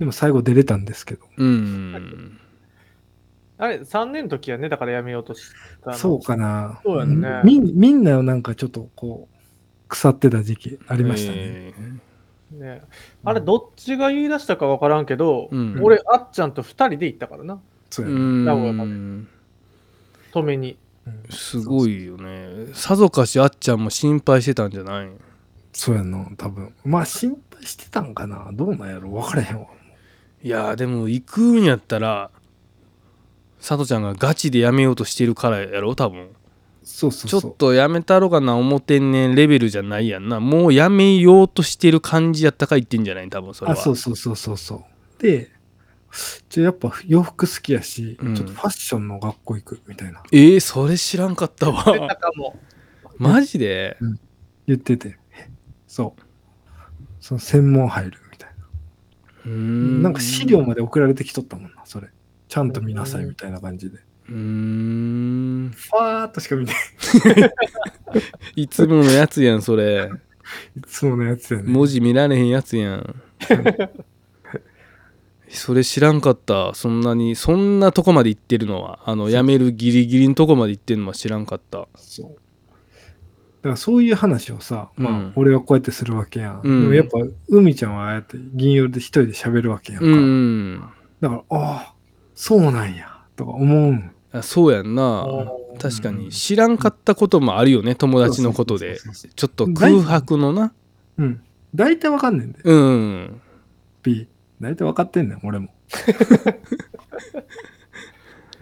[SPEAKER 1] でも最後出れたんですけど。
[SPEAKER 2] うん
[SPEAKER 3] あれ、3年の時はね、だから辞めようとしたの。
[SPEAKER 1] そうかな。
[SPEAKER 3] そうやね
[SPEAKER 1] みみんななんかちょっとこう、腐ってた時期あ
[SPEAKER 2] あ
[SPEAKER 1] りましたね。
[SPEAKER 3] ね。あれ、どっちが言い出したか分からんけど、
[SPEAKER 2] うん
[SPEAKER 3] 俺、あっちゃんと2人で行ったからな、
[SPEAKER 1] そう
[SPEAKER 2] う
[SPEAKER 1] やね
[SPEAKER 2] ん
[SPEAKER 3] 止めに。
[SPEAKER 1] うん
[SPEAKER 2] すごいよねさぞかしあっちゃんも心配してたんじゃない
[SPEAKER 1] そうやな、多分。まあ心配してたんかな。どうなんやろ分からへんわ。
[SPEAKER 2] いやーでも行くんやったらさとちゃんがガチでやめようとしてるからやろ多分
[SPEAKER 1] そうそう
[SPEAKER 2] ち
[SPEAKER 1] そ
[SPEAKER 2] ょ
[SPEAKER 1] う。
[SPEAKER 2] っとやめたろかな思てんねんレベルじゃないやんなもうやめようとしてる感じやったか言ってんじゃない多分それ
[SPEAKER 1] あ、
[SPEAKER 2] は
[SPEAKER 1] そうそうそうそうそう。で、ちょやっぱ洋服好きやし、
[SPEAKER 2] うん
[SPEAKER 1] ちょっとファッションの学校行くみたいな
[SPEAKER 2] えー、それ知らんかった
[SPEAKER 3] 出た
[SPEAKER 2] わ
[SPEAKER 3] かも。
[SPEAKER 2] マジで
[SPEAKER 1] 言ってて、えそう。その専門入るみたいな。
[SPEAKER 2] うーん
[SPEAKER 1] なんか資料まで送られてきとったもんな、それ。ちゃんと見なさいみたいな感じで。
[SPEAKER 2] うーん
[SPEAKER 1] ファーっとしか見てない。
[SPEAKER 2] いつものやつやんそれ
[SPEAKER 1] いつものやつやね。
[SPEAKER 2] 文字見られへんやつや んそれ知らんかったそんなにそんなとこまで行ってるのはあの辞めるギリギリのとこまで行ってるのは知らんかった
[SPEAKER 1] そう。だからそういう話をさ、まあ、
[SPEAKER 2] うん
[SPEAKER 1] 俺はこうやってするわけやん。
[SPEAKER 2] うん
[SPEAKER 1] でもやっぱ、海ちゃんはああやって銀色で一人で喋るわけやんか。
[SPEAKER 2] うん
[SPEAKER 1] だから、ああ、そうなんや、とか思うん。
[SPEAKER 2] あそうやんな
[SPEAKER 3] おー
[SPEAKER 2] 確かに知らんかったこともあるよね友達のことで
[SPEAKER 1] そうそうそうそ
[SPEAKER 2] ちょっと空白のな
[SPEAKER 1] ううん。大体わかんねんで、
[SPEAKER 2] うん、
[SPEAKER 1] B。大体わかってんねん、俺も。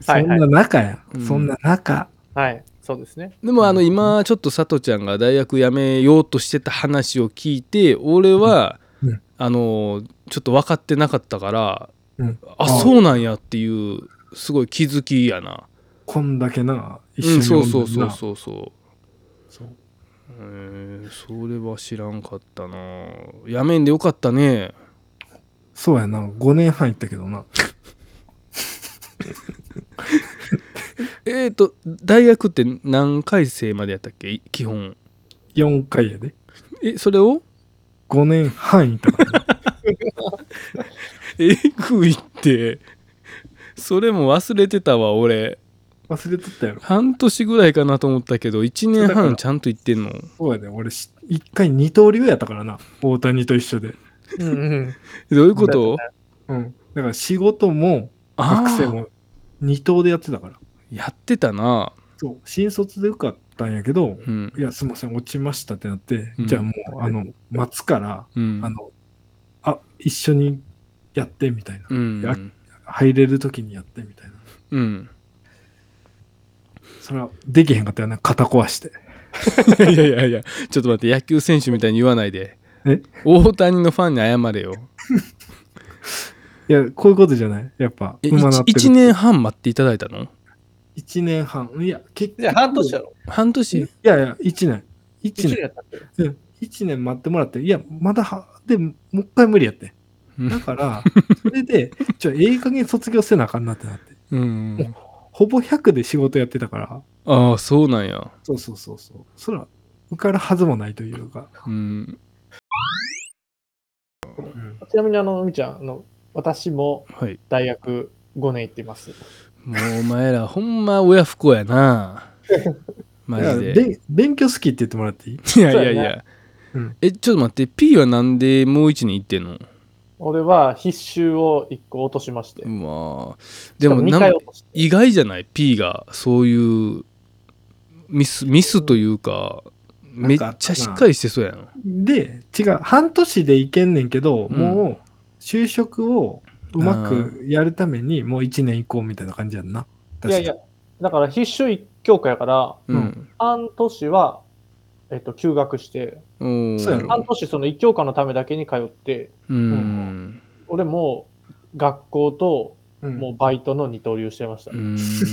[SPEAKER 1] そ
[SPEAKER 3] はい
[SPEAKER 1] ん
[SPEAKER 3] はい
[SPEAKER 1] な仲や。
[SPEAKER 2] うんん
[SPEAKER 1] そんな仲。
[SPEAKER 3] はい、そうですね。
[SPEAKER 2] でもあの今ちょっとさとちゃんが大学辞めようとしてた話を聞いて俺は、
[SPEAKER 1] うんうん
[SPEAKER 2] あのちょっと分かってなかったから、
[SPEAKER 1] うん
[SPEAKER 2] あ
[SPEAKER 1] あ
[SPEAKER 2] そうなんやっていうすごい気づきやな
[SPEAKER 1] こんだけな、一緒に
[SPEAKER 2] そ
[SPEAKER 1] 読
[SPEAKER 2] う
[SPEAKER 1] だ
[SPEAKER 2] んそうそ
[SPEAKER 1] よ
[SPEAKER 2] う
[SPEAKER 1] な
[SPEAKER 2] そうそう
[SPEAKER 1] そう
[SPEAKER 2] へえそれは知らんかったなやめんでよかったね
[SPEAKER 1] そうやな5年半行ったけどな
[SPEAKER 2] えっ、ー、と大学って何回生までやったっけい基本
[SPEAKER 1] 4回やで
[SPEAKER 2] えそれを
[SPEAKER 1] 5年半行った からな
[SPEAKER 2] えぐいってそれも忘れてたわ俺
[SPEAKER 1] 忘れとったやろ
[SPEAKER 2] 半年ぐらいかなと思ったけど1年半ちゃんと行ってんの
[SPEAKER 1] そうやで俺し一回二刀流やったからな大谷と一緒で
[SPEAKER 3] うんうん。
[SPEAKER 2] どういうこと
[SPEAKER 1] うんだから仕事も
[SPEAKER 2] あ
[SPEAKER 1] 学生
[SPEAKER 2] あ
[SPEAKER 1] も二刀でやってたから
[SPEAKER 2] やってたな
[SPEAKER 1] そう新卒で受かったんやけど
[SPEAKER 2] うん
[SPEAKER 1] いやすいません落ちましたってなって、
[SPEAKER 2] うん
[SPEAKER 1] じゃあもうあの待つから
[SPEAKER 2] うん
[SPEAKER 1] あのあ一緒にやってみたいな
[SPEAKER 2] うん
[SPEAKER 1] や入れる時にやってみたいな
[SPEAKER 2] うん
[SPEAKER 1] それはできへんかったよな肩壊して
[SPEAKER 2] いやいやいやちょっと待って野球選手みたいに言わないで
[SPEAKER 1] え
[SPEAKER 2] 大谷のファンに謝れよ
[SPEAKER 1] いやこういうことじゃないやっぱ
[SPEAKER 2] え
[SPEAKER 1] 馬なってる
[SPEAKER 2] 1, 年半待っていただいたの
[SPEAKER 1] 一年半いや結
[SPEAKER 3] じゃあ半年やろ。
[SPEAKER 2] 半
[SPEAKER 1] い
[SPEAKER 2] 年
[SPEAKER 1] やいや1年
[SPEAKER 3] 一
[SPEAKER 1] 1
[SPEAKER 3] 年
[SPEAKER 1] 年
[SPEAKER 3] やったっけ
[SPEAKER 1] うん一年待ってもらっていやまだはでもう一回無理やって
[SPEAKER 2] うん
[SPEAKER 1] だからそれでちょええ加減卒業せなあかんなってなって
[SPEAKER 2] うん
[SPEAKER 1] ほぼ100で仕事やってたから
[SPEAKER 2] ああそうなんや
[SPEAKER 1] そうそうそうそうそら受かるはずもないというか
[SPEAKER 2] うん
[SPEAKER 3] ちなみにあの、海ちゃん、あの、私も
[SPEAKER 2] はい
[SPEAKER 3] 大学5年行ってます。
[SPEAKER 2] もうお前らほんま親不孝や なマジで
[SPEAKER 1] いやべん勉強好きって言ってもらっていい
[SPEAKER 2] いやいやい
[SPEAKER 3] そうや
[SPEAKER 2] や、
[SPEAKER 1] うん
[SPEAKER 2] えちょっと待って P はなんでもう1年行ってんの
[SPEAKER 3] 俺は必修を1個落としまして。
[SPEAKER 2] うわー
[SPEAKER 3] で
[SPEAKER 2] でも
[SPEAKER 3] 2
[SPEAKER 2] なん
[SPEAKER 3] 回
[SPEAKER 2] か
[SPEAKER 3] 落として。
[SPEAKER 2] 意外じゃない P がそういうミスミスというか
[SPEAKER 1] な
[SPEAKER 2] め
[SPEAKER 1] ん
[SPEAKER 2] っ
[SPEAKER 1] かあったな
[SPEAKER 2] ちゃしっかりしてそうやな
[SPEAKER 1] で違う半年でいけんねんけど、
[SPEAKER 2] うん
[SPEAKER 1] もう就職をうまくやるためにもう1年行こうみたいな感じやんない
[SPEAKER 3] やいや、だから必修1教科やから、
[SPEAKER 2] うん、
[SPEAKER 3] 半年は、えっと、休学して、
[SPEAKER 2] おー
[SPEAKER 1] そうやろ
[SPEAKER 3] 半年その1教科のためだけに通って、
[SPEAKER 2] うん
[SPEAKER 3] 俺も学校と
[SPEAKER 1] うん
[SPEAKER 3] もうバイトの二刀流してました。
[SPEAKER 2] うー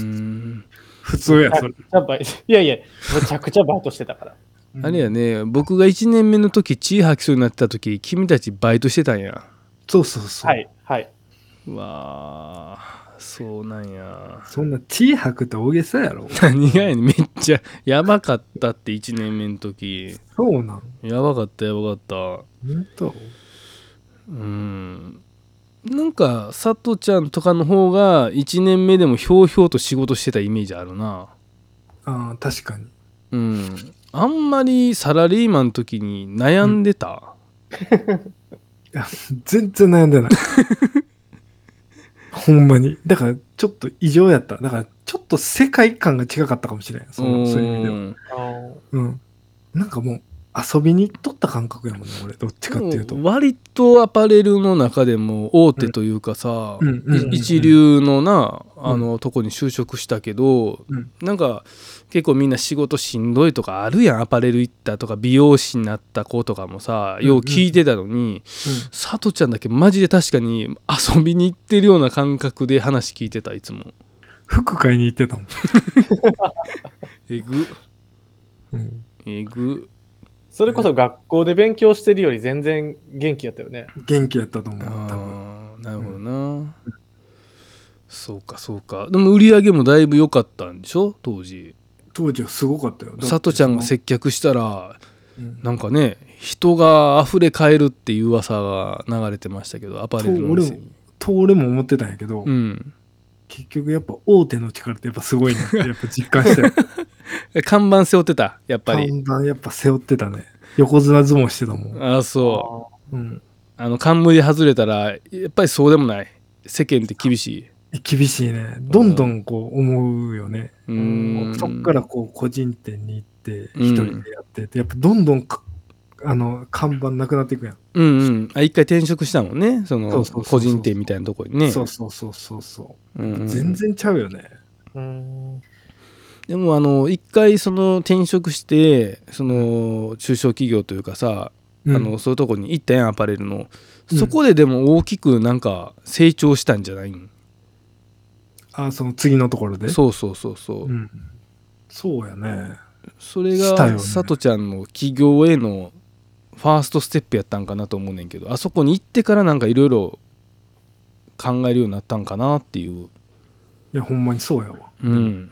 [SPEAKER 2] ん
[SPEAKER 1] 普通やそれ
[SPEAKER 3] やっぱいやいや、めちゃくちゃバイトしてた から。
[SPEAKER 2] あれやね僕が1年目の時血吐きそうになってた時君たちバイトしてたんや
[SPEAKER 1] そうそうそう、
[SPEAKER 3] はい、はい。
[SPEAKER 2] うわあそうなんや
[SPEAKER 1] そんな血吐くって大げさやろ
[SPEAKER 2] 何がやねんめっちゃやばかったって1年目の時
[SPEAKER 1] そうなん
[SPEAKER 2] やばかったやばかっ
[SPEAKER 1] 本当
[SPEAKER 2] たうんなんか佐藤ちゃんとかの方が1年目でもひょうひょうと仕事してたイメージあるな
[SPEAKER 1] ああ確かに
[SPEAKER 2] うんあんまりサラリーマンの時に悩んでた、
[SPEAKER 1] 全然悩んでない ほんまにだからちょっと異常やっただからちょっと世界観が違かったかもしれんそのそういう意味では
[SPEAKER 2] ん
[SPEAKER 3] あの
[SPEAKER 1] うん。なんかもう遊びに行っとった感覚やもんね、俺。どっちかっていうと。
[SPEAKER 2] でも割とアパレルの中でも大手というかさ、
[SPEAKER 1] うんうんうんうん
[SPEAKER 2] い一流のな、
[SPEAKER 1] ん
[SPEAKER 2] あのとこに就職したけど、
[SPEAKER 1] うん
[SPEAKER 2] なんか結構みんな仕事しんどいとかあるやんアパレル行ったとか美容師になった子とかもさよう聞いてたのに、佐藤ちゃんだけマジで確かに遊びに行ってるような感覚で話聞いてたいつも。
[SPEAKER 1] 服買いに行ってたもん。
[SPEAKER 2] えぐ
[SPEAKER 1] うん、
[SPEAKER 2] えぐ
[SPEAKER 3] それこそ学校で勉強してるより全然元気やったよね。
[SPEAKER 1] 元気やったと思う。多分
[SPEAKER 2] ああなるほどな、そうかそうかでも売り上げもだいぶ良かったんでしょ当時
[SPEAKER 1] 当時はすごかったよ。
[SPEAKER 2] さとちゃんが
[SPEAKER 1] せ
[SPEAKER 2] 接客したら
[SPEAKER 1] うん
[SPEAKER 2] なんかね人が溢れ返るっていう噂が流れてましたけどアパレルのお店に
[SPEAKER 1] と俺も思ってたんやけど、
[SPEAKER 2] うん
[SPEAKER 1] 結局やっぱ大手の力ってやっぱすごいなってやっぱ実感したよ。やっ
[SPEAKER 2] え看板背負ってたやっぱり
[SPEAKER 1] 看板やっぱ背負ってたね。横綱相撲してたもん。
[SPEAKER 2] ああそう
[SPEAKER 1] うん、
[SPEAKER 2] あの冠外れたらやっぱりそうでもない世間って厳しい
[SPEAKER 1] 厳しいね。どんどんこう思うよね。
[SPEAKER 2] う
[SPEAKER 1] も
[SPEAKER 2] ん
[SPEAKER 1] うそっからこう個人店に行って一人でやってて、やっぱどんどんかあの看板なくなっていくやん。
[SPEAKER 2] うんうんあ一回転職したもんねそ
[SPEAKER 1] そう
[SPEAKER 2] の
[SPEAKER 1] そうそうそう
[SPEAKER 2] 個人店みたいなとこにね
[SPEAKER 1] そうそうそうそうそうう、
[SPEAKER 2] んうん
[SPEAKER 1] 全然ちゃうよね
[SPEAKER 3] うん。
[SPEAKER 2] でもあの一回その転職してその中小企業というかさ、
[SPEAKER 1] うん
[SPEAKER 2] あのそういうとこに行ったやんアパレルの、
[SPEAKER 1] うん
[SPEAKER 2] そこででも大きくなんか成長したんじゃないん
[SPEAKER 1] あその次のところで
[SPEAKER 2] そうそうそうそう、
[SPEAKER 1] うんそうやね。
[SPEAKER 2] それ
[SPEAKER 1] したよ
[SPEAKER 2] が
[SPEAKER 1] ね
[SPEAKER 2] さとちゃんの起業へのファーストステップやったんかなと思うねんけどあそこに行ってからなんかいろいろ考えるようになったんかなっていう、
[SPEAKER 1] いや、ほんまにそうやわ。
[SPEAKER 2] うん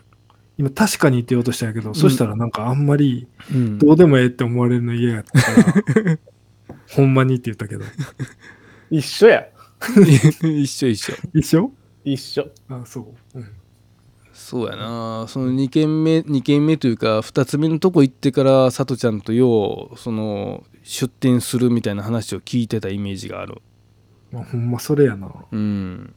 [SPEAKER 1] 今、確かにって言おうとしたんやけど、そしたらなんかあんまり、
[SPEAKER 2] う ん
[SPEAKER 1] どうでもええって思われるの嫌やったから、ほんまにって言ったけど。
[SPEAKER 3] 一緒や。
[SPEAKER 2] 一緒一緒
[SPEAKER 1] 一緒
[SPEAKER 3] 一緒。
[SPEAKER 1] あ、そう。うん。
[SPEAKER 2] そうやなその2軒目二軒目というか2つ目のとこ行ってからさとちゃんとようその出店するみたいな話を聞いてたイメージがある
[SPEAKER 1] まあ、ほんまそれやな。
[SPEAKER 2] うん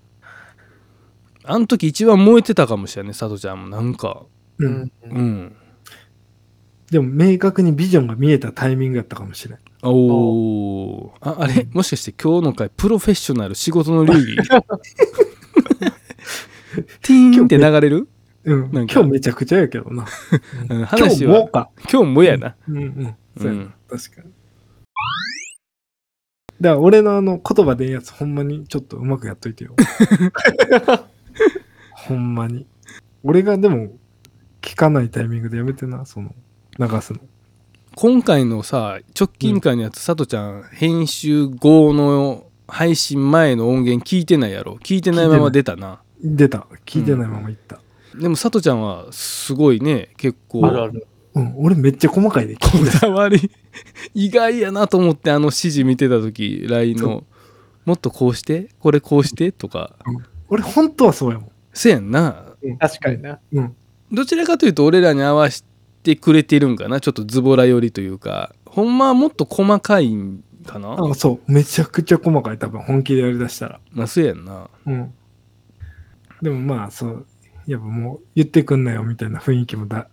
[SPEAKER 2] あの時一番燃えてたかもしれないさとちゃんもなんか
[SPEAKER 1] う。
[SPEAKER 3] うんん。
[SPEAKER 2] うん
[SPEAKER 1] でも、明確にビジョンが見えたタイミングやったかもしれん。
[SPEAKER 2] おーああれもしかして今日の回プロフェッショナル仕事の流 儀ティーンって流れる、
[SPEAKER 1] うん。
[SPEAKER 2] な
[SPEAKER 1] 今
[SPEAKER 2] んか
[SPEAKER 1] 日めちゃくちゃやけどな。
[SPEAKER 2] うん、話
[SPEAKER 1] 今日も
[SPEAKER 2] は
[SPEAKER 1] か。
[SPEAKER 2] 今日もやな、
[SPEAKER 1] うんうん。そうや
[SPEAKER 2] う
[SPEAKER 1] な、
[SPEAKER 2] ん、
[SPEAKER 1] 確かに。だから俺のあの言葉でええやつほんまにちょっとうまくやっといて よ。ほんまに。俺がでも聞かないタイミングでやめてな、その流すの。
[SPEAKER 2] 今回のさ直近回のやつ、さとちゃん編集後の配信前の音源聞いてないやろ聞いてないまま出たな
[SPEAKER 1] 出た。聞いてないまま言った。
[SPEAKER 2] でもさとちゃんはすごいね結構
[SPEAKER 3] あるある。
[SPEAKER 1] うん、俺めっちゃ細かいで聞いた。
[SPEAKER 2] こだわり 意外やなと思ってあの指示見てた時 LINE
[SPEAKER 1] そ
[SPEAKER 2] の「もっとこうしてこれこうして」とか
[SPEAKER 1] 俺本当はそうやもん。
[SPEAKER 2] せやんな
[SPEAKER 3] 確かにな。
[SPEAKER 1] うん。
[SPEAKER 2] どちらかというと俺らに合わせてくれてるんかなちょっとズボラ寄りというかほんまはもっと細かいんかな
[SPEAKER 1] あそう。めちゃくちゃ細かい。多分本気でやりだしたら。
[SPEAKER 2] まあそうやんな
[SPEAKER 1] うん。でもまあ、そう。やっぱもう言ってくんなよみたいな雰囲気もだ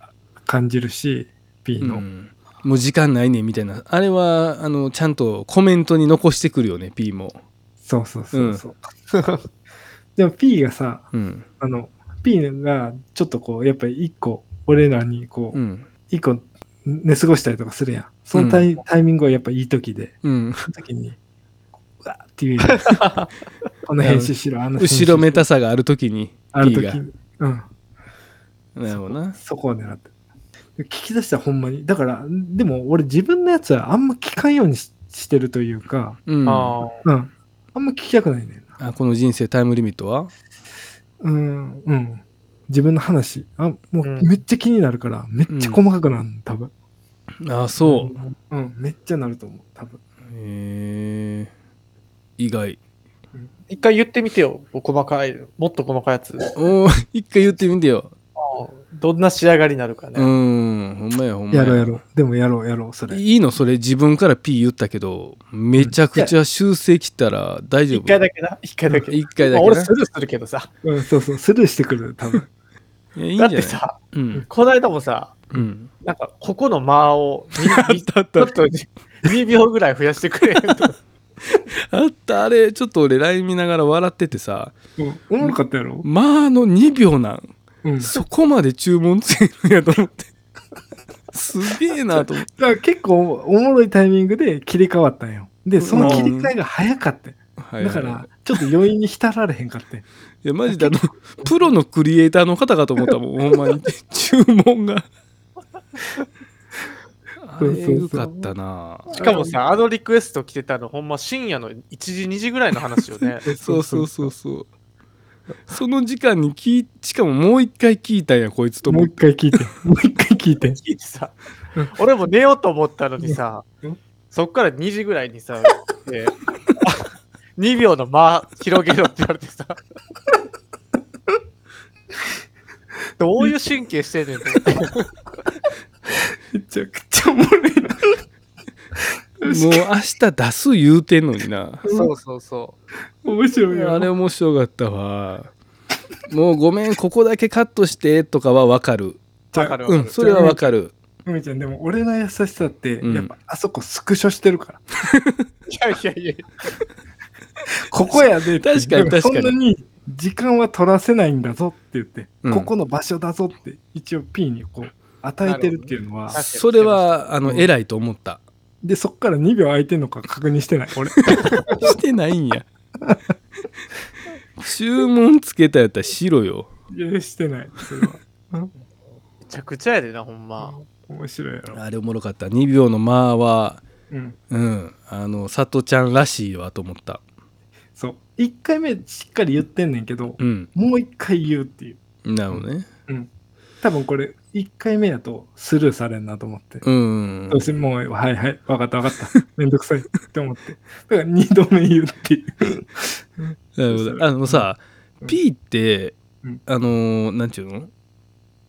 [SPEAKER 1] 感じるし、P の。
[SPEAKER 2] うんもう時間ないねみたいなあれはあのちゃんとコメントに残してくるよね P も、
[SPEAKER 1] そうそうそうそう。 でも P がさ、
[SPEAKER 2] うん
[SPEAKER 1] あの、P がちょっとこう、やっぱり一個、俺らにこ
[SPEAKER 2] う
[SPEAKER 1] う、
[SPEAKER 2] ん
[SPEAKER 1] 一個寝過ごしたりとかするやん。そのタイ,、タイミングはやっぱいい時で、
[SPEAKER 2] うん、
[SPEAKER 1] その時に、うわーって 言うやん。この編集しろ、あの編集し
[SPEAKER 2] 後
[SPEAKER 1] ろ
[SPEAKER 2] ろめたさがある時に
[SPEAKER 1] ある
[SPEAKER 2] P
[SPEAKER 1] 時
[SPEAKER 2] が
[SPEAKER 1] に。うん。
[SPEAKER 2] なるほどな
[SPEAKER 1] そこを狙って。聞き出したらほんまに。だから、でも俺自分のやつはあんま聞かんようにししてるというか、
[SPEAKER 2] うんあ
[SPEAKER 1] う
[SPEAKER 3] あ
[SPEAKER 1] ん。あんま聞きたくないねんな。
[SPEAKER 2] この人生タイムリミットは
[SPEAKER 1] うん、うん。自分の話。あ、もううんめっちゃ気になるから、めっちゃ細かくなるの、多分。。
[SPEAKER 2] あそう
[SPEAKER 1] うん、めっちゃなると思う、多分。
[SPEAKER 2] うへえ意外
[SPEAKER 3] あ。一回言ってみてよ。細かい。もっと細かいやつ。
[SPEAKER 2] おお 一回言ってみてよ
[SPEAKER 3] どんな仕上がりになるか
[SPEAKER 2] う
[SPEAKER 3] ね。
[SPEAKER 2] んほんまやほんま
[SPEAKER 1] やろうやろう。でもやろうやろう、それ。
[SPEAKER 2] いいのそれ自分から P 言ったけどめちゃくちゃ修正きたら大丈夫
[SPEAKER 3] 一回だけな。一回だけ。
[SPEAKER 2] 一回だ
[SPEAKER 3] まあ
[SPEAKER 2] けな
[SPEAKER 3] 俺スルーするけどさ。
[SPEAKER 1] うん、そうそう、スルーしてくる、多分。
[SPEAKER 2] いやいいんじ
[SPEAKER 3] だ
[SPEAKER 2] ゃ
[SPEAKER 3] っ
[SPEAKER 2] ない
[SPEAKER 3] てさ、
[SPEAKER 2] うん
[SPEAKER 3] この間もさ、
[SPEAKER 2] うん
[SPEAKER 3] なんか、ここの間をに にち
[SPEAKER 2] あった
[SPEAKER 3] ょっと2秒ぐらい増やしてくれへんと。
[SPEAKER 2] あったあれちょっと俺 LINE 見ながら笑っててさ
[SPEAKER 1] うん、おもろかったやろ
[SPEAKER 2] 「まあ」の2秒なん
[SPEAKER 1] うん。だ
[SPEAKER 2] そこまで注文ついるんやと思ってすげえなと思って
[SPEAKER 1] から結構おもろいタイミングで切り替わったんよ。で、その切り替えが早かったよ。
[SPEAKER 2] はい
[SPEAKER 1] だ
[SPEAKER 2] はい
[SPEAKER 1] か
[SPEAKER 2] い
[SPEAKER 1] ら、ちょっと余韻に浸られへんかって。
[SPEAKER 2] やマジであのプロのクリエイターの方かと思ったも んほんまに注文があ
[SPEAKER 1] そうそう
[SPEAKER 2] れ
[SPEAKER 1] そう
[SPEAKER 2] よかったな
[SPEAKER 3] しかもさ、あのリクエスト来てたの、ほんま深夜の1時、2時ぐらいの話よね。
[SPEAKER 2] そうそうそうそうその時間に聞いしかももう一回聞いたんやこいつと
[SPEAKER 1] も
[SPEAKER 2] 思
[SPEAKER 1] う
[SPEAKER 2] って
[SPEAKER 1] 一回聞いて。もう一回聞いて。
[SPEAKER 3] 聞いてさ、俺も寝ようと思ったのにさ
[SPEAKER 1] うん、
[SPEAKER 3] そっから2時ぐらいにさ、で あ2秒の間広げろって言われてさ、どういう神経してんねんと思って。
[SPEAKER 1] めちゃくちゃおもろいな。
[SPEAKER 2] もう明日出す言うてんのにな
[SPEAKER 3] そうそうそう。
[SPEAKER 1] 面白いよ。
[SPEAKER 2] あれ面白かったわもうごめんここだけカットしてとかはわかる
[SPEAKER 1] じゃあ
[SPEAKER 3] わかるわか
[SPEAKER 2] う
[SPEAKER 3] る
[SPEAKER 2] んそれはわかる
[SPEAKER 1] 梅ちゃん、でも俺の優しさって、
[SPEAKER 2] うん
[SPEAKER 1] やっぱあそこスクショしてるから。
[SPEAKER 3] いやいやいや、
[SPEAKER 1] ここやでって
[SPEAKER 2] 確かに
[SPEAKER 1] でも
[SPEAKER 2] 確かに
[SPEAKER 1] そんなに時間は取らせないんだぞって言って、
[SPEAKER 2] うん
[SPEAKER 1] ここの場所だぞって、一応 P にこう、与えてるっていうのは
[SPEAKER 3] なる、ほど
[SPEAKER 2] それはあ
[SPEAKER 1] う
[SPEAKER 2] の
[SPEAKER 1] ん
[SPEAKER 2] 偉いと思った
[SPEAKER 1] で、そっから2秒空いてんのか確認してない、俺。
[SPEAKER 2] してないんや 注文つけたやったらしろよ
[SPEAKER 1] いや、してない、それは。
[SPEAKER 3] ちゃくちゃやでな、ほんま。
[SPEAKER 1] 面白いやろ。
[SPEAKER 2] あれおもろかった2秒の間は
[SPEAKER 1] うん。
[SPEAKER 2] うんあのさとちゃんらしいわと思った
[SPEAKER 1] そう。一回目しっかり言ってんねんけど、
[SPEAKER 2] うん
[SPEAKER 1] もう一回言うっていう。
[SPEAKER 2] なるほどね
[SPEAKER 1] 多分これ、一回目やとスルーされんなと思って。
[SPEAKER 2] うん
[SPEAKER 1] どうせもう、はいはい、わかったわかった。 めんどくさいって思って。だから二度目言うっていう。
[SPEAKER 2] なるほ
[SPEAKER 1] そう
[SPEAKER 2] どあのさ、
[SPEAKER 1] うん
[SPEAKER 2] P って、
[SPEAKER 1] うん
[SPEAKER 2] あのーなんていうの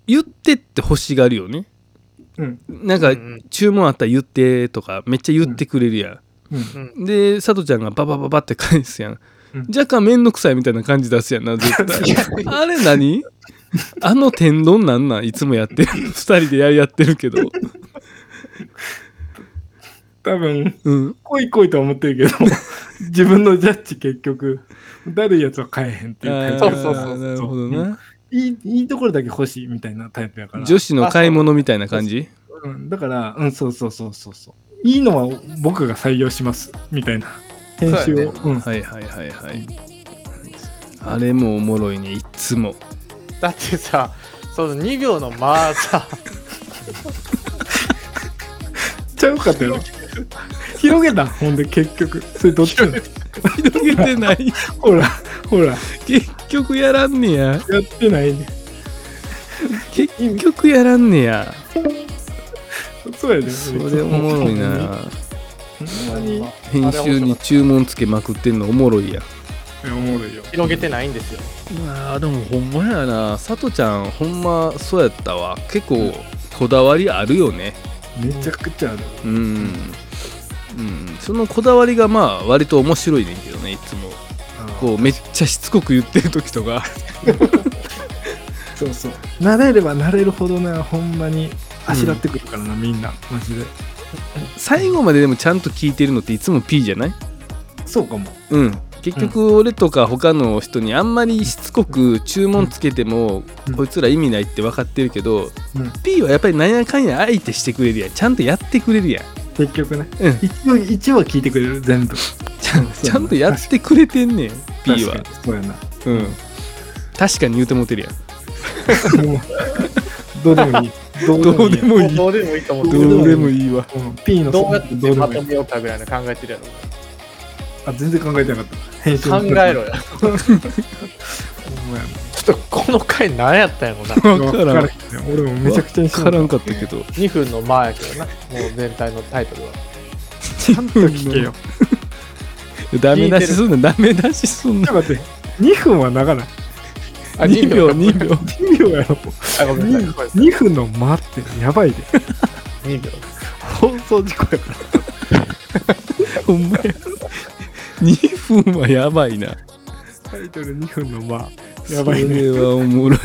[SPEAKER 2] 言ってって欲しがるよね
[SPEAKER 1] うん。
[SPEAKER 2] なん
[SPEAKER 3] う
[SPEAKER 2] か
[SPEAKER 3] ん
[SPEAKER 2] 注文あったら言ってとかめっちゃ言ってくれるやん、
[SPEAKER 1] うん。
[SPEAKER 3] うん
[SPEAKER 2] でさとちゃんがババババって返すやん、
[SPEAKER 1] うん
[SPEAKER 2] 若干面倒くさいみたいな感じ出すやん な絶対あれ何あの天丼なんなんいつもや ってる二人でやり合ってるけど
[SPEAKER 1] 多分、
[SPEAKER 2] うん
[SPEAKER 1] 来い来いとは思ってるけど、 自分のジャッジ結局、だるいやつは変えへんっていう
[SPEAKER 3] そ
[SPEAKER 1] タ
[SPEAKER 3] う
[SPEAKER 1] イプ
[SPEAKER 3] そうそう
[SPEAKER 2] あーなるほど
[SPEAKER 1] うん
[SPEAKER 2] ない
[SPEAKER 1] いいいところだけ欲しいみたいなタイプやから。
[SPEAKER 2] 女子の買い物みたいな感じ
[SPEAKER 1] うん、だから、うん、そうそうそうそうそう。いいのは僕が採用しますみたいな編集
[SPEAKER 3] そう
[SPEAKER 1] を。
[SPEAKER 3] や
[SPEAKER 1] うん
[SPEAKER 2] はいはいはいはいあれもおもろいねいっつも
[SPEAKER 3] だってさ、その2秒の間さ、
[SPEAKER 1] ちゃうかったよ。広げた、ほんで結局。それどっちなの
[SPEAKER 2] 広げてない
[SPEAKER 1] ほら、ほら、
[SPEAKER 2] 結局やらんねや
[SPEAKER 1] やってないね。
[SPEAKER 2] 結局やらんねや
[SPEAKER 1] そうやで、ね。
[SPEAKER 2] それおもろいな
[SPEAKER 1] ほんまに。いや
[SPEAKER 2] 編集に注文つけまくってんのおもろいやん
[SPEAKER 1] おもろいよ。
[SPEAKER 3] 広げてないんですよ。
[SPEAKER 2] まあでもほんまやなさとちゃんほんまそうやったわ結構こだわりあるよね
[SPEAKER 1] めちゃくちゃある。
[SPEAKER 2] うん、うん、そのこだわりがまあ割と面白いねんけどねいつもこうめっちゃしつこく言ってる時と か
[SPEAKER 1] そうそう。慣れれば慣れるほどな、ほんまに。あしらってくるからな、みんな。マジで。
[SPEAKER 2] 最後まででもちゃんと聞いてるのっていつも P じゃない
[SPEAKER 1] そうかも。
[SPEAKER 2] うん結局俺とか他の人にあんまりしつこく注文つけても
[SPEAKER 1] うん
[SPEAKER 2] こいつら意味ないって分かってるけど
[SPEAKER 1] うん
[SPEAKER 2] P はやっぱりなんやかんや相手してくれるやんちゃんとやってくれるやん
[SPEAKER 1] 結局ね。
[SPEAKER 2] うん
[SPEAKER 1] 一応、一応は聞いてくれる、全部。
[SPEAKER 2] ちゃんちゃんとやってくれてんねん P は
[SPEAKER 1] 確かにそうやな。
[SPEAKER 2] うん確かに言うてもうてるやん
[SPEAKER 1] もうどうでもいい。
[SPEAKER 2] どうでもいい
[SPEAKER 3] どうでもいいと思って
[SPEAKER 1] どうでも
[SPEAKER 2] いいわ
[SPEAKER 1] うん P の
[SPEAKER 3] どうやって
[SPEAKER 1] どうで
[SPEAKER 3] ま
[SPEAKER 1] もい
[SPEAKER 3] と
[SPEAKER 1] い。
[SPEAKER 3] めようかぐらいの考えてるやろ。
[SPEAKER 1] あ、全然考えてなかった。編集
[SPEAKER 3] 考えろよ。
[SPEAKER 1] ほんまや
[SPEAKER 3] ちょっとこの回何やったんやろな。
[SPEAKER 2] 分からん
[SPEAKER 1] わからん。俺もめちゃくちゃにし
[SPEAKER 2] 分
[SPEAKER 1] よう
[SPEAKER 2] からんかったけど
[SPEAKER 3] 2分の間やけどな。もう全体のタイトルは。
[SPEAKER 1] ちゃんと聞けよ。
[SPEAKER 2] ダメ出しすんなダメ出しすん
[SPEAKER 1] ち
[SPEAKER 2] な
[SPEAKER 1] ょっと待って。2分は長ない。
[SPEAKER 3] あ、
[SPEAKER 2] 2秒2
[SPEAKER 3] 2
[SPEAKER 2] 秒
[SPEAKER 1] 2秒やろ。
[SPEAKER 3] あ、ごめんなさい。
[SPEAKER 1] 2分の間ってやばいで。
[SPEAKER 3] 2秒。
[SPEAKER 1] 放送事故やから。
[SPEAKER 2] ほんまや2分はやばいな
[SPEAKER 1] タイトル2分の間。やばい
[SPEAKER 2] それ
[SPEAKER 1] ね。
[SPEAKER 2] はおもろい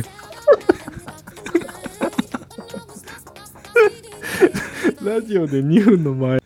[SPEAKER 1] ラジオで2分の間や